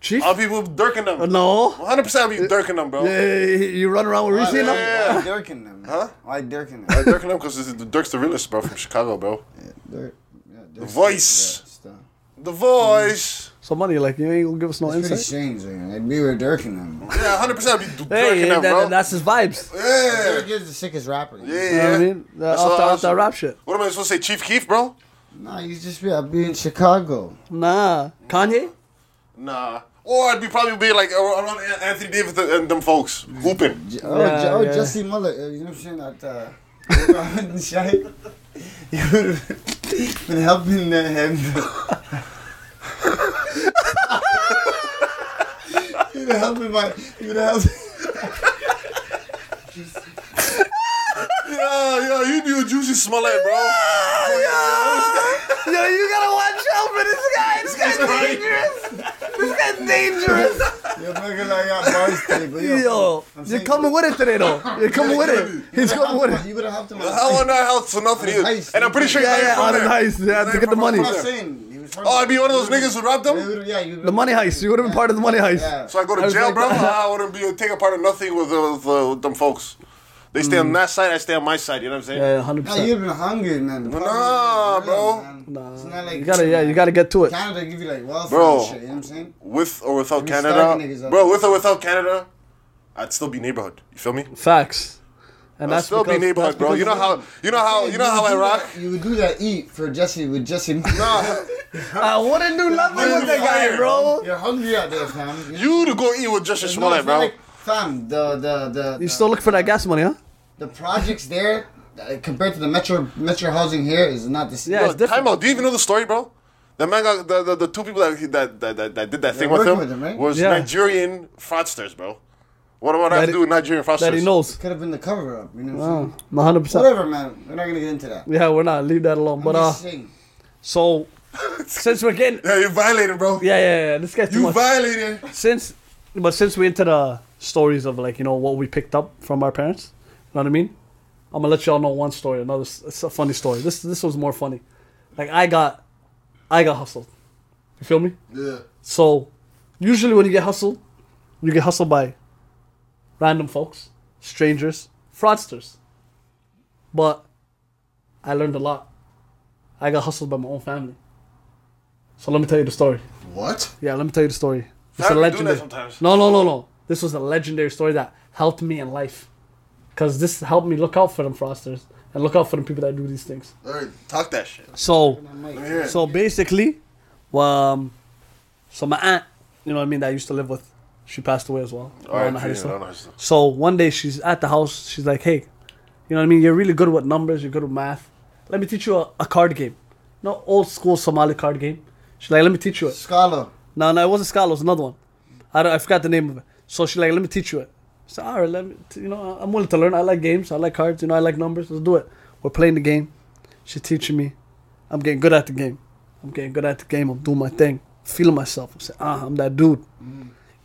S2: chief.
S3: I'll be dirking them.
S2: no.
S3: 100 percent I'll be dirking them, bro.
S2: Yeah, you run around with Reese.
S4: Why,
S2: now?
S3: yeah. Uh,
S4: why Durkin them? Huh? Why Durkin
S3: I'm
S4: them?
S3: dirking them because Dirk's the realest, bro, from Chicago, bro.
S4: Dur- yeah, Durkin.
S3: voice.
S4: Yeah, stuff.
S3: The voice.
S2: So money, like you ain't gonna give us no
S4: It's pretty
S2: insight.
S4: strange. Like, I'd be with Durkin them.
S3: Yeah, 100 percent I'll be dirking
S2: Mm. Hey,
S3: them,
S2: that,
S3: bro.
S2: that's his vibes.
S3: yeah.
S4: Durkin is the sickest rapper.
S3: Yeah,
S2: You know
S3: yeah.
S2: what I mean? Uh,
S3: That's
S2: off,
S3: what
S2: the,
S3: I
S2: off
S3: was-
S2: the rap shit.
S3: What am I supposed to say, Chief Keef, bro?
S4: No, you just be, I'd be in Chicago.
S2: Nah, Kanye.
S3: Nah. Or I'd be probably be like ar- around An- Anthony Davis and- and them folks hooping.
S4: J- Oh,
S2: Yeah,
S4: J- oh
S2: yeah.
S4: Jesse Muller. uh, You know what I'm saying? That, uh, Robin *laughs* Shai. You would have been helping uh, him. *laughs* You'd have helping my. You'd have
S3: Yeah, yeah, you do juicy smell like,
S2: Yo,
S3: bro.
S2: you gotta watch out for this guy. This guy's dangerous. This guy's *laughs* dangerous.
S4: You're fucking like I got bars today, but yo,
S2: Yo,
S4: I'm
S2: you're
S4: saying-
S2: coming with it today, though. You're coming with it. He's
S4: You
S2: coming
S4: would
S2: with it.
S4: have helped him. You would have helped him.
S3: How on that house for
S4: On
S3: nothing?
S4: the
S3: is-
S4: heist.
S3: And I'm pretty sure he's
S2: Yeah,
S3: not
S2: yeah,
S3: even
S2: on
S3: from
S2: the
S3: there.
S2: heist. Yeah, to
S3: He's not
S2: get the
S3: even
S2: money.
S3: from
S4: I'm not
S3: there.
S4: saying. He was
S3: Oh, I'd be one of those niggas who robbed
S4: Yeah, you
S3: them.
S4: would've- yeah, you
S2: The money heist. You would have been part of the money heist.
S4: Yeah.
S3: So I go
S2: I
S3: to
S2: was
S3: jail,
S2: like *laughs*
S3: bro.
S2: that.
S3: I wouldn't be taking part of nothing with, uh, with, uh, with them folks. They stay on that side, I stay on my side. You know what I'm
S2: *laughs*
S3: saying?
S2: Mm. Yeah, hundred
S4: No, you'd
S2: percent.
S4: have been hungry, man. The
S3: No,
S4: problem is real,
S3: bro.
S4: man. It's not
S2: Nah,
S4: like
S2: you gotta, yeah, you gotta get to it.
S4: Canada give you like welfare
S3: Bro.
S4: and shit. You know what I'm saying?
S3: With or without
S4: You're stalking niggas
S3: Canada,
S4: out
S3: bro.
S4: there.
S3: With or without Canada, I'd still be neighborhood. You feel me?
S2: Facts. And
S3: I'd
S2: that's
S3: still be
S2: because-
S3: neighborhood,
S2: that's
S3: bro. You
S2: because-
S3: know how you know how you know how I
S4: would
S2: *laughs*
S4: do
S3: rock.
S4: that- you would do that eat for Jesse with Jesse.
S3: Nah,
S2: I wouldn't do nothing with that guy,
S3: Fire.
S2: bro.
S4: *laughs* You're hungry out there, fam.
S3: you to go eat with Justice
S4: No,
S3: Smollett,
S4: it's not
S3: bro.
S4: like- fam, the the the.
S2: You still look for that gas money, huh?
S4: The projects there, uh, compared to the metro metro housing here, is not the same.
S2: Yeah, it's
S3: Bro,
S2: different.
S3: time out. Do you even know the story, bro? The man got the, the, the two people that, he- that, that, that, that did that thing with
S4: working
S3: him,
S4: with him, right?
S3: was
S2: Yeah.
S3: Nigerian fraudsters, bro. What do I have
S2: That
S3: to
S2: he-
S3: do with Nigerian fraudsters?
S2: That he knows.
S4: could have been the cover up. You know what I'm
S2: Uh,
S4: saying?
S2: 100%.
S4: Whatever, man. We're not gonna get into that.
S2: Yeah, we're not. Leave that alone. But,
S4: I'm
S2: uh,
S4: just saying.
S2: so, since we're getting.
S3: Yeah, you violated, bro.
S2: Yeah, yeah, yeah. This guy's too
S3: You
S2: much.
S3: violated.
S2: since but since we into the stories of like you know what we picked up from our parents you know what i mean i'm gonna let y'all know one story another s- it's a funny story this this was more funny like i got i got hustled you feel me
S4: Yeah.
S2: so usually when you get hustled you get hustled by random folks, strangers, fraudsters. But I learned a lot. I got hustled by my own family. So let me tell you the story.
S5: What?
S2: Yeah, let me tell you the story. It's
S3: Family do that
S2: legendary.
S3: sometimes.
S2: No, no, no, no. This was a legendary story that helped me in life, because this helped me look out for them fraudsters and look out for them people that do these things.
S5: All right, talk that shit.
S2: So,
S5: Let me hear it.
S2: so basically, well, um, so my aunt, you know what I mean, that I used to live with, she passed away as well.
S3: All right,
S2: Around the high
S3: yeah,
S2: school.
S3: Oh, I don't know how to say.
S2: So one day she's at the house. She's like, "Hey, you know what I mean? You're really good with numbers. You're good with math. Let me teach you a, a card game. No old school Somali card game." She's like, "Let me teach you it."
S4: Scholar.
S2: No, no, it wasn't Scala. It was another one. I, don't, I forgot the name of it. So she's like, "Let me teach you it." I said, "All right, let me. T- you know, I'm willing to learn. I like games. I like cards. You know, I like numbers. Let's do it." We're playing the game. She's teaching me. I'm getting good at the game. I'm getting good at the game. I'm doing my thing. Feeling myself. I'm saying, "Ah, I'm that dude."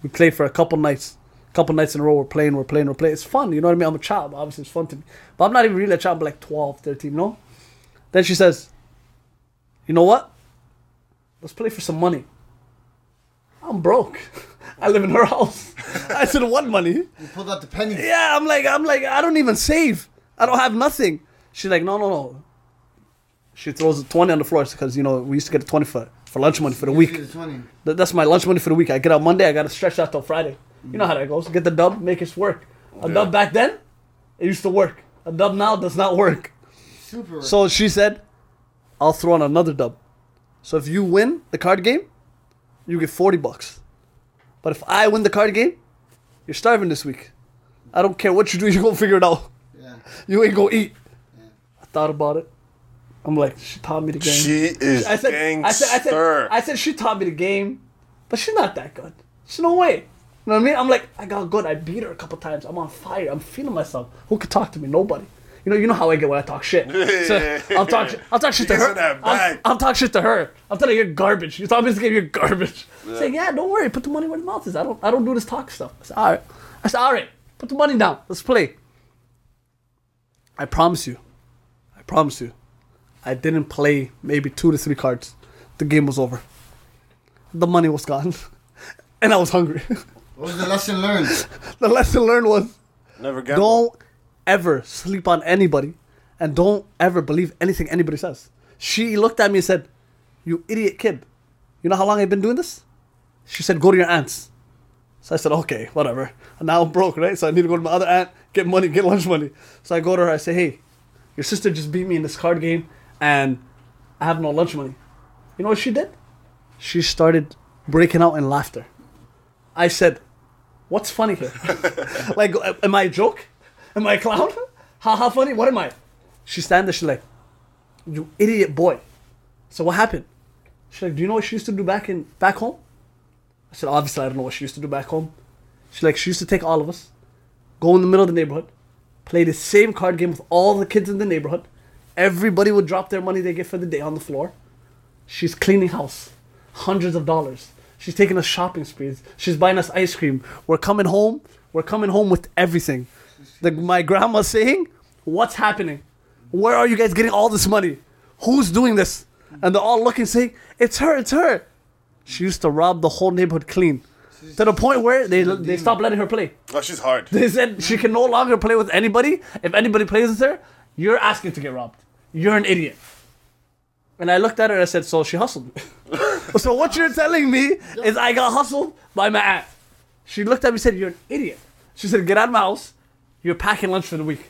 S2: We played for a couple nights, couple nights in a row. We're playing, we're playing, we're playing. It's fun, you know what I mean? I'm a child, but obviously it's fun to me. But I'm not even really a child, but like 12, 13, no? Then she says, You know what? Let's play for some money. I'm broke. I live in her house. *laughs* I said, What money?
S4: You pulled out the penny.
S2: Yeah, I'm like, I'm like, I don't even save. I don't have nothing. She's like, no, no, no. She throws a 20 on the floor because, you know, we used to get a 20 for, for lunch money for the week.
S4: It's funny.
S2: Th- that's my lunch money for the week. I get out Monday, I gotta stretch out till Friday. You know how that goes. Get the dub, make it work. A dub back then, it used to work. A dub now does not work.
S4: Super.
S2: So she said, I'll throw on another dub. So if you win the card game, you get 40 bucks. But if I win the card game, you're starving this week. I don't care what you do, *laughs* you're gonna figure it out.
S4: yeah.
S2: You ain't gonna eat. I thought about it. I'm like, she taught me the game.
S3: She is
S2: I said, I said, I said,
S3: gangster.
S2: I said, she taught me the game, but she's not that good. She's no way. You know what I mean? I'm like, I got good. I beat her a couple times. I'm on fire. I'm feeling myself. Who could talk to me? Nobody. You know, you know how I get when I talk shit. So I'll talk, I'll talk shit to
S3: He's
S2: her.
S3: in that
S2: I'll,
S3: bag.
S2: I'll talk shit to her. I'm telling her you're garbage. You taught me this game. You're garbage. Saying, yeah, don't worry. Put the money where the mouth is. I don't, I don't do this talk stuff. I said, all right. I said, all right. Put the money down. Let's play. I promise you. I promise you. I didn't play maybe two to three cards. The game was over. The money was gone. *laughs* And I was hungry. *laughs*
S4: What was the lesson
S3: *laughs*
S4: learned?
S2: the lesson learned was
S3: Never gamble.
S2: don't ever sleep on anybody and don't ever believe anything anybody says. She looked at me and said, You idiot kid. You know how long I've been doing this? She said, Go to your aunt's. So I said, Okay, whatever. And now I'm broke, right? So I need to go to my other aunt, get money, get lunch money. So I go to her, I say, Hey, your sister just beat me in this card game and I have no lunch money. You know what she did? She started breaking out in laughter. I said, What's funny *laughs* here? like, am I a joke? Am I a clown? Ha ha, funny? What am I? She stand there, she's like, You idiot boy. So what happened? She's like, Do you know what she used to do back in back home? I said, Obviously, I don't know what she used to do back home. She's like, She used to take all of us, go in the middle of the neighborhood, play the same card game with all the kids in the neighborhood. Everybody would drop their money they get for the day on the floor. She's cleaning house, hundreds of dollars. She's taking us shopping sprees. She's buying us ice cream. We're coming home. We're coming home with everything. Like my grandma saying, "What's happening? Where are you guys getting all this money? Who's doing this?" And they're all looking, saying, "It's her. It's her." She used to rob the whole neighborhood clean, to the point where they they stopped letting her play.
S3: Oh, she's hard.
S2: They said she can no longer play with anybody. If anybody plays with her, you're asking to get robbed. You're an idiot. And I looked at her and I said, So she hustled *laughs* me. so what you're telling me is I got hustled by my aunt. She looked at me and said, You're an idiot. She said, Get out of my house. You're packing lunch for the week.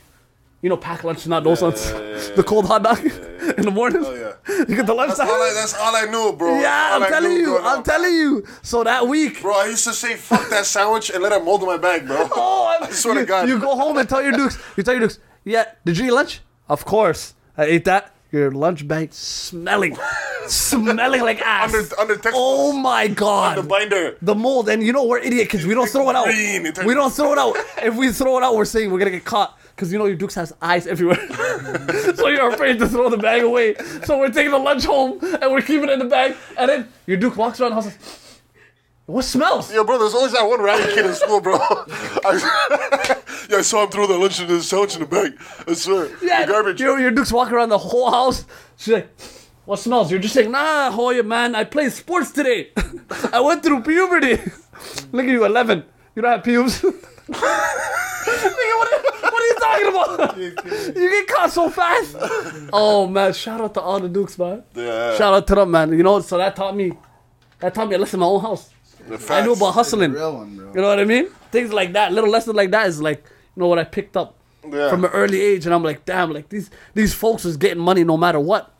S2: You know, pack lunch, not those ones. the cold hot dog *laughs* in the morning.
S3: Oh, yeah.
S2: You get the lunch
S3: That's all, I, that's all I knew, bro.
S2: Yeah,
S3: All
S2: I'm
S3: I
S2: telling
S3: knew
S2: you.
S3: growing
S2: I'm
S3: up.
S2: telling you. So that week,
S3: Bro, I used to say fuck that sandwich and let it mold in my bag, bro.
S2: *laughs* Oh, I'm,
S3: I swear
S2: you,
S3: to God.
S2: You go home and tell your dukes. You tell your dukes. Yeah, did you eat lunch? Of course, I ate that. Your lunch bag smelling, smelling like ass.
S3: Under- under textbooks.
S2: oh my god.
S3: the binder.
S2: The mold, and you know we're idiot kids. We don't throw it out.
S3: Green, it turns-
S2: We don't throw it out. If we throw it out, we're saying we're gonna get caught. Cause you know your Dukes has eyes everywhere, *laughs* so you're afraid to throw the bag away. So we're taking the lunch home and we're keeping it in the bag. And then your Duke walks around the house. like, What smells?
S3: Yo, bro, there's always that one rowdy kid in
S2: *laughs*
S3: school, bro. I, *laughs* yeah, I saw him throw the lunch in the sandwich in the bag. I swear.
S2: Yeah,
S3: The garbage.
S2: Your, your Duke's walking around the whole house. She's like, what smells? You're just saying, nah, how are you, man? I played sports today. *laughs* I went through puberty. Look at you, 11. You don't have pubes. *laughs* nigga, what are, you- what are you talking about? *laughs* you get caught so fast. Oh man, shout out to all the Dukes, man.
S3: Yeah.
S2: Shout out to them, man. You know, so that taught me, that taught me a lesson in my own house.
S3: The
S2: I knew
S3: facts.
S2: about hustling.
S5: Real one, bro.
S2: You know what I mean? Things like that, little lessons like that is like, you know, what I picked up
S3: Yeah.
S2: from an early age, and I'm like, damn, like these these folks was getting money no matter what.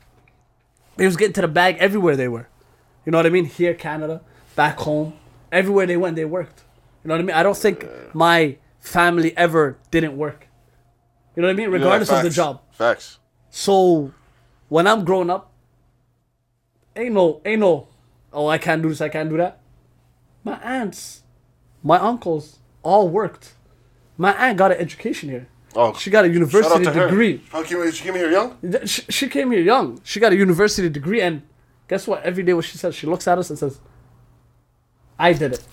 S2: They was getting to the bag everywhere they were. You know what I mean? Here, Canada, back home, everywhere they went, they worked. You know what I mean? I don't think my family ever didn't work. You know what I mean?
S3: Yeah,
S2: Regardless of the
S3: facts.
S2: job.
S3: Facts.
S2: So when I'm growing up, ain't no, ain't no, oh, I can't do this, I can't do that. My aunts, my uncles all worked. My aunt got an education here.
S3: Oh,
S2: She got a
S3: shout out
S2: university
S3: to her.
S2: degree.
S3: How came, she came here young?
S2: Th- She, she came here young. She got a university degree, and guess what? Every day, what she says, she looks at us and says, "I did it.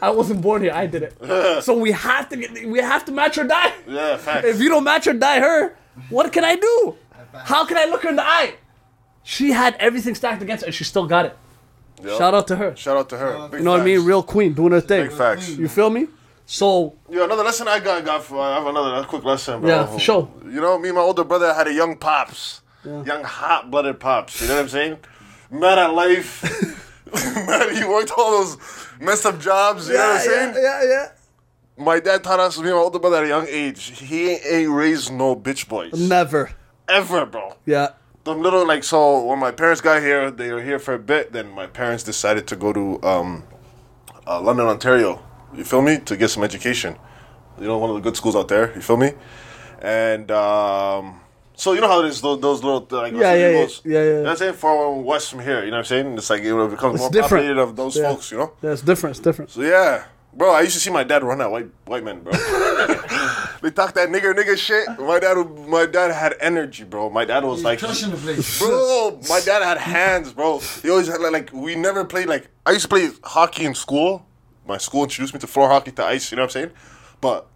S2: *laughs* I wasn't born here. I did
S3: *laughs*
S2: it." so we have to get, we have to match or die.
S3: Yeah, facts.
S2: If you don't match or die her, what can I do? How can I look her in the eye? She had everything stacked against her, and she still got it.
S3: Yeah.
S2: Shout out to her.
S3: Shout out to her. Big
S2: You know what I mean?
S3: facts.
S2: Real queen doing her thing.
S3: Big facts.
S2: You feel me? So
S3: Yo, another lesson I got, got for, I have another a quick lesson, bro.
S2: Yeah, for sure.
S3: You know, me and my older brother had a young pops, young hot blooded pops. You know what I'm saying? Mad at life. *laughs* Mad, he worked all those messed up jobs. You know what I'm saying?
S2: yeah, yeah.
S3: My dad taught us, me and my older brother at a young age, he ain't raised no bitch boys.
S2: Never.
S3: Ever, bro.
S2: Yeah.
S3: Them little, like, so when my parents got here, they were here for a bit. Then my parents decided to go to um, uh, London, Ontario. You feel me? To get some education. You know, one of the good schools out there. You feel me? And um, so you know how it is those, those little like
S2: Yeah, yeah, yeah.
S3: those goes-
S2: Yeah, yeah.
S3: You know what I'm saying far west from here. You know what I'm saying? It's like it becomes more
S2: different.
S3: populated of those
S2: Yeah.
S3: folks. You know.
S2: Yeah, it's different. It's different.
S3: So yeah, bro, I used to see my dad run at white white men,
S2: *laughs*
S3: bro. they talk that nigger nigger shit. My dad, would- my dad had energy, bro. My dad was like,
S5: Crushing the place.
S2: *laughs*
S3: *laughs* bro, my dad had hands, bro. He always had like, like, we never played like I used to play hockey in school. My school introduced me to floor hockey, to ice. You know what I'm saying? But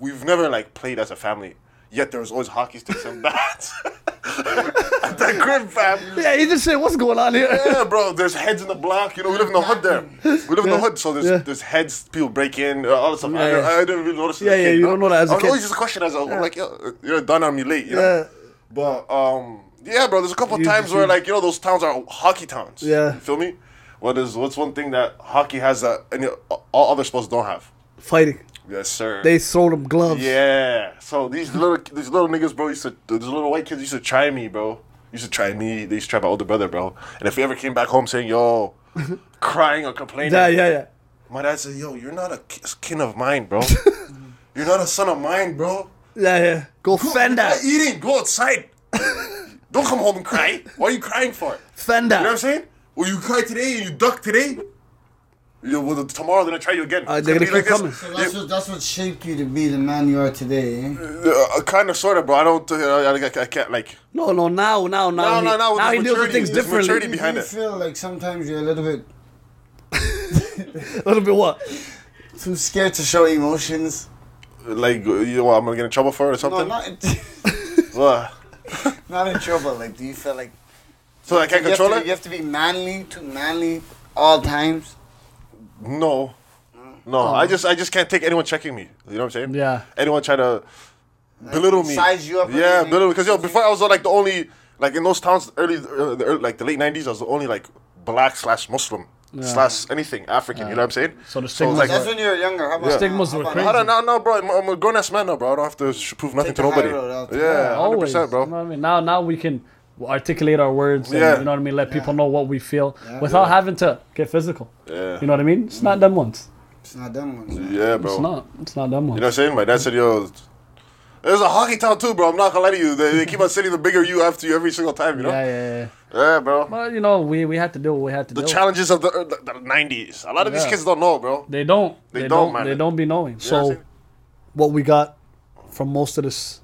S3: we've never like played as a family. Yet there was always hockey sticks and bats *laughs* at the crib, fam.
S2: Yeah, you just said, what's going on here?
S3: Yeah, bro. There's heads in the block. You know, we live in the hood there. We live in the hood, so there's
S2: Yeah.
S3: there's heads. People break in, uh, all this stuff. I,
S2: Yeah,
S3: don't-
S2: yeah.
S3: I didn't really notice. as a
S2: Yeah, yeah,
S3: kid,
S2: you don't know that as a
S3: I was
S2: kid.
S3: always just questioning as a like, yo, you're done on me late. You know?
S2: *laughs* Yeah.
S3: But um, yeah, bro. There's a couple
S2: You-
S3: times where
S2: you-
S3: like you know those towns are hockey towns.
S2: Yeah.
S3: You feel me? What is what's one thing that hockey has that any all other sports don't have?
S2: Fighting.
S3: Yes, sir.
S2: They sold them gloves.
S3: Yeah. So these little these little niggas, bro, used to these little white kids used to try me, bro. Used to try me. They used to try my older brother, bro. And if he ever came back home saying, "Yo,"
S2: *laughs*
S3: crying or complaining,
S2: Yeah, yeah, yeah.
S3: my dad said, "Yo, you're not a ki- kin of mine,
S2: *laughs*
S3: bro. you're not a son of mine, bro.
S2: Yeah, yeah. Go fend
S3: You're
S2: that.
S3: not eating. Go
S2: *laughs*
S3: outside. Don't come home and cry. Why are you crying for?"
S2: Fend
S3: You know what I'm
S2: that.
S3: saying? Well, you cry today and you duck today. You, well, tomorrow they're gonna try you again.
S2: Uh,
S3: It's
S2: they're
S3: gonna
S2: gonna
S3: be
S2: keep
S3: this.
S2: coming.
S5: So
S3: You-
S5: that's
S4: That's what, that's what shaped you to be the man you are today, eh?
S3: Uh, kind of, sort of, bro. I don't. Uh, I, I, I can't like.
S2: No, no, now, now, now.
S3: No,
S2: he,
S3: no, no, with
S2: Now
S3: the
S2: he deals with
S3: maturity,
S2: things
S3: with the
S2: differently.
S3: maturity.
S4: Do
S3: behind
S4: you
S3: it.
S4: feel like sometimes you're a little bit
S2: *laughs* A little bit what?
S4: too scared to show emotions?
S3: like you know, I'm gonna get in trouble for it or
S4: No,
S3: something.
S4: not
S3: Ugh.
S4: *laughs* not in trouble. Like, do you feel like
S3: so I can't
S4: you have,
S3: control
S4: to,
S3: it.
S4: you have to be manly, too manly, all times?
S3: No, no. I just I just can't take anyone checking me. You know what I'm saying?
S2: Oh. Yeah.
S3: Anyone try to belittle me,
S4: size you up or
S3: Yeah,
S4: anything?
S3: belittle because yo, before I was like the only like in those towns early, uh, the early like the late '90s, I was the only like black slash Muslim slash anything African. You know what I'm saying?
S2: So the
S3: it's
S2: stigma's
S3: like-
S4: That's when you were younger. How about
S3: Yeah.
S2: Stigmas
S4: how
S2: were
S4: about-
S2: crazy.
S3: I don't know, no, bro. I'm, I'm a grown ass man now, bro. I don't have to sh- prove nothing
S4: Take
S3: to
S4: the high
S3: nobody.
S4: road out.
S3: yeah, hundred
S2: Always.
S3: percent,
S2: You know
S3: bro.
S2: what I mean? Now, now we can articulate our words. and,
S3: Yeah.
S2: you know what I mean? Let people know what we feel without having to get physical.
S3: Yeah.
S2: You know what I mean? It's not them ones.
S4: It's not done once.
S3: Yeah, bro.
S2: It's not. It's not them ones.
S3: You know what I'm saying? My dad said, yo, there's a hockey town too, bro. I'm not gonna lie to you. They, they keep on sending the bigger you after you every single time, you know?
S2: yeah, yeah, yeah.
S3: Yeah, bro.
S2: But you know, we we had to do what we had to
S3: The
S2: do.
S3: challenges of the, the, the 90s. A lot of these
S2: Yeah.
S3: kids don't know, bro.
S2: They don't.
S3: They
S2: They,
S3: don't,
S2: don't.
S3: man.
S2: they don't be knowing.
S3: know what I'm
S2: so,
S3: saying?
S2: what we got from most of this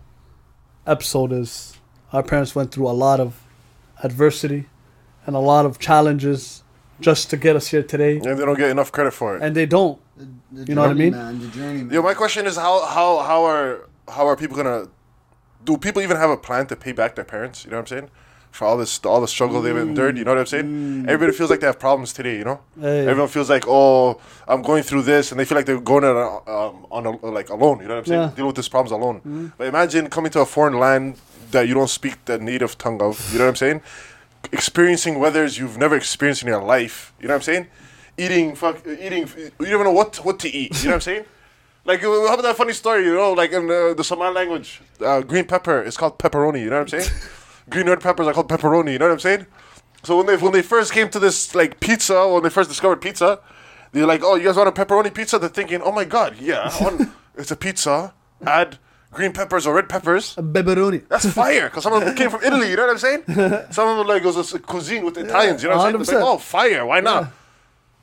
S2: episode is our parents went through a lot of adversity and a lot of challenges just to get us here today,
S3: Yeah, they don't get enough credit for it.
S2: and they don't.
S4: The
S2: You know what I
S4: journey,
S2: mean?
S4: Man, the journey, man.
S3: Yo, my question is how how how are how are people gonna do people even have a plan to pay back their parents? You know what I'm saying? for all this all the struggle they've endured. You know what I'm saying? Everybody feels like they have problems today. You know,
S2: Mm. Hey.
S3: everyone feels like oh, I'm going through this, and they feel like they're going on, a- um, on a, like alone. You know what I'm saying?
S2: Yeah. Mm-hmm.
S3: Dealing with these problems alone. But imagine coming to a foreign land that you don't speak the native tongue of. You know what I'm saying? Experiencing weathers you've never experienced in your life. You know what I'm saying? Eating fuck, eating. You don't know what what to eat. You know what I'm
S2: *laughs*
S3: saying? Like, uh, how about that funny story, you know, like in uh, the Somali language, uh, green pepper is called pepperoni, you know what I'm saying? green red peppers are called pepperoni, you know what I'm saying? So when they when they first came to this, like, pizza, when they first discovered pizza, they're like, oh, you guys want a pepperoni pizza? They're thinking, oh my god, yeah, I want, it's a pizza, add green peppers or red peppers.
S2: Beberoni.
S3: That's fire, because some of them came from Italy, you know what I'm saying? Some of them, like, it was a cuisine with Italians, you know what I'm saying? It's
S2: 100%.
S3: like, oh, fire, why not?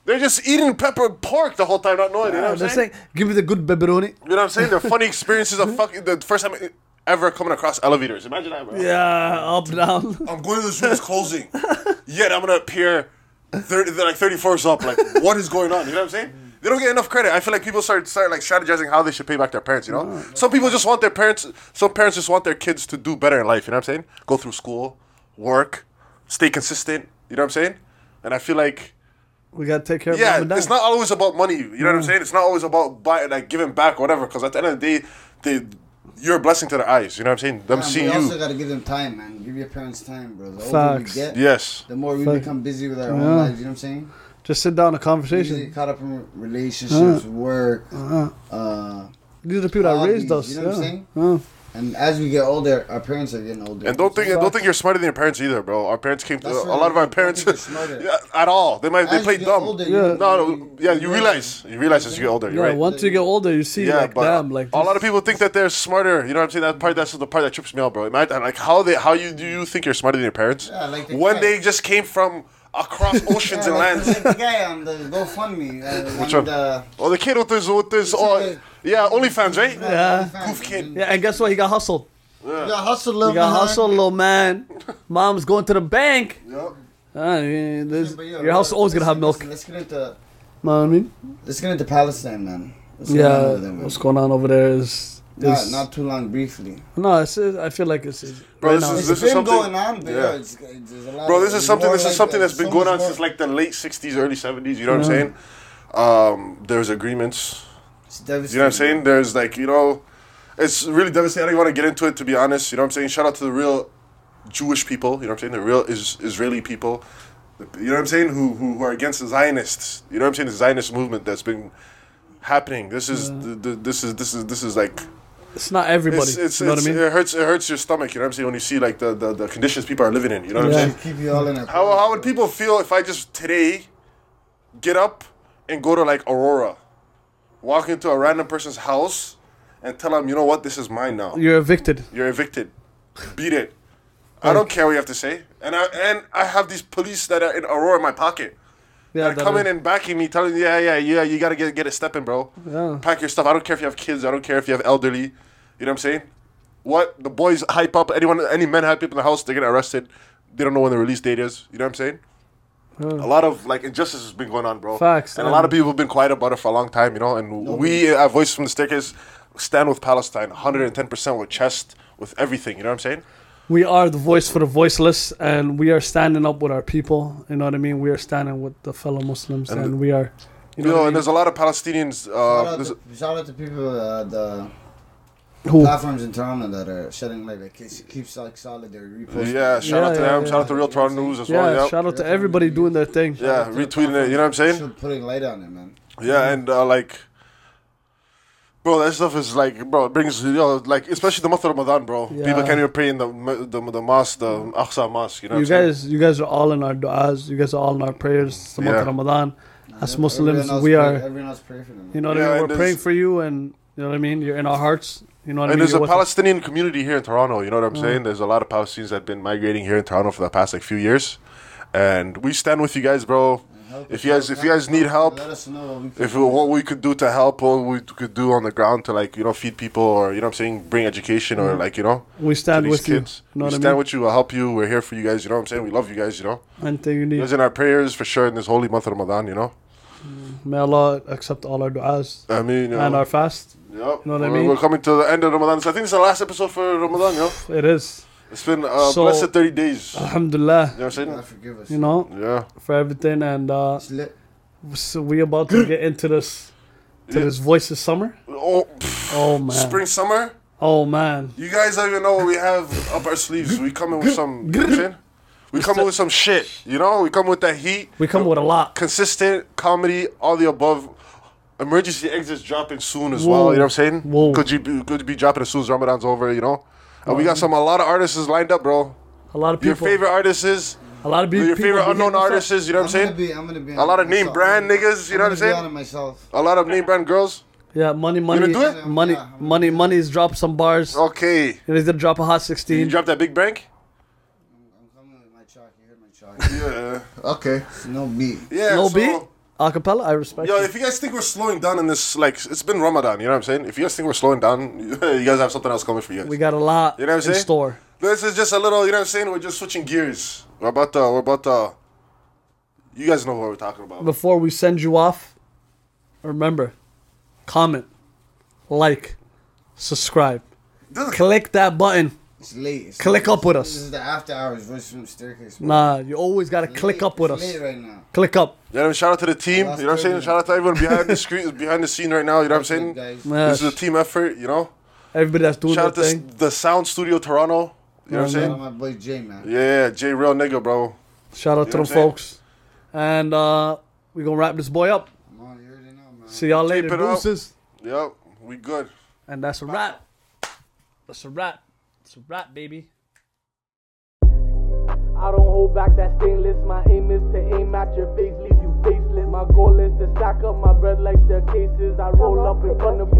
S3: They're just eating pepper pork the whole time, not knowing, you know what I'm
S2: They're
S3: saying?
S2: saying, give me the good beberoni.
S3: You know what I'm saying? The funny experiences of fucking the first time ever coming across elevators. Imagine that, bro.
S2: Yeah, up down.
S3: I'm going to this room is closing. *laughs* Yet I'm gonna appear thirty they're like thirty floors up. Like what is going on? You know what I'm saying? They don't get enough credit. I feel like people start start like strategizing how they should pay back their parents. You know, some people just want their parents. Some parents just want their kids to do better in life. You know what I'm saying? Go through school, work, stay consistent. You know what I'm saying? And I feel like
S2: We gotta take care of Mm.
S3: yeah,
S2: mom and dad.
S3: it's not always about money. You know what I'm saying? It's not always about buy, like giving back or whatever. Because at the end of the day, they you're a blessing to their eyes. You know what I'm saying? Them
S4: Man,
S3: seeing
S4: we
S3: you.
S4: also gotta give them time, man. Give your parents time, bro. The older
S2: Facts.
S4: we get,
S3: yes.
S4: the more we
S2: Facts.
S4: become busy with our
S2: Yeah.
S4: own lives. You know what I'm saying?
S2: Just sit down, a
S4: We
S2: conversation.
S4: get caught up in relationships, work,
S2: Uh,
S4: uh,
S2: these are the people that
S4: Hobbies,
S2: raised us.
S4: you know what I'm
S2: yeah.
S4: saying?
S2: Uh,
S4: and as we get older, our parents are getting older.
S3: And don't think
S2: Fuck.
S3: don't think you're smarter than your parents either, bro. Our parents came. To,
S4: That's
S3: a
S4: right.
S3: lot of
S4: Don't
S3: our
S4: think
S3: parents,
S4: they're smarter.
S3: *laughs* Yeah, at all, they might
S4: As
S3: they
S4: you
S3: play
S4: get
S3: dumb.
S4: older,
S2: Yeah.
S4: you-
S3: no, no, yeah, you realize, you realize as you get older,
S2: yeah,
S3: you're right.
S2: once you get older, you see,
S3: Yeah,
S2: like,
S3: but
S2: damn, like.
S3: a lot
S2: this-
S3: of people think that they're smarter. You know what I'm saying? That part, that's the part that trips me out, bro. Imagine, like how they, how you do you think you're smarter than your parents
S4: Yeah, like the
S3: when
S4: guy-
S3: they just came from
S4: *laughs*
S3: across oceans
S4: Yeah,
S3: and
S4: like,
S3: lands?
S4: like the guy on the GoFundMe. Uh,
S3: Which
S4: on
S3: one?
S4: The,
S2: Uh-huh.
S3: Oh, the kid with his with his oh,
S4: like-
S3: yeah, OnlyFans, right?
S2: Yeah.
S3: Goof kid.
S2: Yeah, and guess what? He got hustled.
S4: You got hustle, little
S2: He got
S4: man.
S2: hustled, little man. Mom's going to the bank.
S3: Yup.
S2: I mean,
S4: Yeah,
S2: there's,
S4: but yo,
S2: your house always gonna
S4: listen,
S2: have milk.
S4: listen, Let's get into
S2: know what I mean?
S4: let's get into Palestine, man. Let's get
S2: Yeah,
S4: into them, man.
S2: what's going on over there is.
S4: Not,
S2: is
S4: not too long, briefly.
S2: no, it's, it's, I feel like it's. it's
S3: Bro,
S2: right
S3: this
S2: now,
S3: is-
S4: It's
S2: it's-
S3: this
S4: been
S3: something-
S4: going on, but
S3: yeah.
S4: yeah. it's, it's, there's a lot
S3: Bro,
S4: of-
S3: this is
S4: there's
S3: something.
S4: more
S3: This is
S4: like
S3: something
S4: that.
S3: that's been
S4: So
S3: going
S4: much
S3: on
S4: more-
S3: since like the late '60s, early '70s. You know what I'm saying? Um, there's agreements.
S4: It's
S3: You know what I'm saying? There's like you know, it's really devastating. I don't want to get into it to be honest. You know what I'm saying? Shout out to the real Jewish people. You know what I'm saying? The real is- Israeli people. You know what I'm saying? Who, who who are against the Zionists? You know what I'm saying? The Zionist movement that's been happening. This is the, the, this is this is this is like
S2: it's not everybody.
S3: it's, it's,
S2: you know
S3: it's,
S2: what I mean?
S3: it hurts it hurts your stomach. You know what I'm saying? When you see like the, the, the conditions people are living in. You know what
S2: Yeah.
S3: I'm saying?
S4: To keep you all in a
S3: How, how would people feel if I just today get up and go to like Aurora, walk into a random person's house and tell them, you know what, this is mine now.
S2: You're evicted.
S3: You're evicted. Beat it. I don't care what you have to say. And I and I have these police that are in Aurora in my pocket.
S2: Yeah,
S3: That
S2: that
S3: are coming
S2: is-
S3: and backing me, telling me, yeah, yeah, yeah, you gotta get get it stepping, bro.
S2: Yeah.
S3: Pack your stuff. I don't care if you have kids. I don't care if you have elderly. You know what I'm saying? What the boys hype up anyone, any men hype up in the house, they get arrested. They don't know when the release date is. You know what I'm saying? A lot of like injustice has been going on, bro.
S2: Facts,
S3: And a lot of
S2: and-
S3: people have been quiet about it for a long time, you know. And we at Voice from the Staircase stand with Palestine, 110 percent with chest, with everything. You know what I'm saying?
S2: we are the voice for the voiceless and we are standing up with our people you know what i mean we are standing with the fellow muslims and, we are you know
S3: You know,
S2: what I
S3: and
S2: mean?
S3: there's a lot of Palestinians.
S4: Shout
S3: Uh,
S4: out,
S3: there's-
S4: to, shout out to people, uh, the
S2: who
S4: platforms in Toronto that are shedding light. Like, it keeps like solid. They're reposting.
S3: yeah, shout out to
S2: Yeah,
S3: them.
S2: yeah,
S3: Shout out to
S4: yeah.
S3: Real Toronto News as
S2: yeah
S3: well. Yeah,
S2: shout out to everybody doing their thing
S3: Oh, yeah,
S4: Shout out to the
S3: retweeting it. You know what I'm saying?
S4: Should- Putting light on it, man.
S3: Yeah, and uh, like, bro, that stuff is like, bro, it brings you know, like, especially the month of Ramadan, bro.
S2: Yeah.
S3: People can't even pray in the the, the mosque, the Aqsa mosque. You know,
S2: you
S3: what I'm saying?
S2: guys you guys are all in our du'as you guys are all in our prayers it's the month of
S3: Yeah.
S2: ramadan as
S4: Everyone
S2: muslims
S4: else
S2: we
S4: pray-
S2: are
S4: Everyone else pray for them.
S2: you know what
S3: Yeah,
S2: i mean
S3: and
S2: we're
S3: there's-
S2: praying for you and you know what i mean you're in our hearts you know what i mean
S3: And there's
S2: You're
S3: a
S2: with us.
S3: Palestinian community here in Toronto. You know what
S4: Mm.
S3: I'm saying? There's a lot of Palestinians that have been migrating here in Toronto for the past like few years, and we stand with you guys, bro.
S4: Help
S3: If
S4: us
S3: you guys,
S4: out.
S3: if you guys need help,
S4: let us know. what we can
S3: if uh, what we could do to help, what we could do on the ground to like you know feed people or you know what I'm saying bring education
S4: Mm.
S3: or like you know
S2: we
S3: to
S2: stand
S3: these
S2: with
S3: kids.
S2: you you know what
S3: we
S2: i
S3: stand
S2: mean
S3: with you. We'll help you. We're here for you guys. You know what I'm saying? We love you guys. You know,
S2: anything you
S3: it
S2: need
S3: was in our prayers for sure in this holy month of Ramadan. You know,
S2: may allah accept all our du'as
S3: I mean, you know,
S2: and our fast
S3: yep.
S2: know what I
S3: We're-
S2: mean?
S3: We're coming to the end of Ramadan. So I think it's the last episode for Ramadan. You know,
S2: it is
S3: It's been uh,
S6: So-
S3: blessed 30 days. You know
S6: Alhamdulillah,
S3: what I'm saying?
S4: God forgive us.
S6: you know,
S3: Yeah.
S6: for everything. And uh,
S4: It's lit.
S6: so we about to get into this to this voice of summer.
S3: Oh, pff,
S6: Oh man.
S3: spring, summer.
S6: Oh man.
S3: You guys don't even know what we have up our sleeves. We come in with some. You know what I'm saying? We come in with some shit. You know? We come with that heat.
S6: We come with a lot.
S3: Consistent comedy, all the above. Emergency exits dropping soon as well. You know what I'm saying?
S6: Whoa.
S3: Could you be, could be dropping as soon as Ramadan's over, you know? And we got some, a lot of artists is lined up, bro.
S6: A lot of
S3: Your
S6: people.
S3: favorite artists is.
S6: A lot of be-
S3: Your
S6: people.
S3: favorite
S6: be
S3: unknown
S6: hitting us up.
S3: artists is, you know what I'm
S4: I'm gonna
S3: saying?
S4: be. I'm gonna be.
S3: A lot of name brand niggas, you know what I'm saying?
S4: myself.
S3: A lot of name brand girls.
S6: Yeah, money, money,
S3: gonna do it?
S6: money,
S4: Yeah, I'm
S6: money, money's dropped some bars.
S3: Okay.
S6: And he's gonna drop a hot
S3: You
S6: 16.
S3: drop that big bank?
S4: I'm coming with my chalk. You heard my chalk.
S3: Yeah.
S4: okay. No beat.
S3: Yeah.
S6: no
S3: so-
S6: beat, a cappella. I respect.
S3: Yo,
S6: it.
S3: if you guys think we're slowing down in this, like, it's been Ramadan, you know what I'm saying? If you guys think we're slowing down, *laughs* you guys have something else coming for you guys.
S6: we got a lot
S3: You know what I'm
S6: in
S3: saying?
S6: store.
S3: This is just a little, you know what I'm saying? We're just switching gears. We're about to, we're about to, you guys know what we're talking about.
S6: Before we send you off, remember, comment, like, subscribe,
S3: This is-
S6: click that button.
S4: It's late. It's
S6: Click
S4: late.
S6: up with us.
S4: This is the after hours. Voice from staircase.
S6: Nah, you always gotta
S4: It's
S6: click
S4: late-
S6: up with
S4: it's
S6: us.
S4: Late right now.
S6: Click up.
S3: You know, what I mean? shout out to the team. You know
S4: Last
S3: what I'm saying?
S4: thirty.
S3: Shout out to everyone behind the
S6: *laughs*
S3: screen, behind the scene right now. You know what I'm saying?
S4: Guys.
S6: Yeah.
S3: This is a team effort. You know.
S6: Everybody that's doing
S3: Shout out
S6: their
S3: to s-
S6: thing.
S3: the Sound Studio Toronto. You know
S4: Shout
S3: what I'm
S4: out
S3: saying?
S4: my boy Jay, man.
S3: Yeah, J real nigga, bro.
S6: Shout out to
S3: know what
S6: the
S3: I'm saying?
S6: folks. And uh, we gonna wrap this boy up.
S4: Come on, you already know, man.
S6: See y'all later,
S3: it up.
S6: deuces.
S3: Yep, we good.
S6: And that's a wrap. That's a wrap. That's a wrap, baby.
S1: I don't hold back that stainless. My aim is to aim at your face, leave you faceless. My goal is to stack up my bread like staircases. I roll up in front of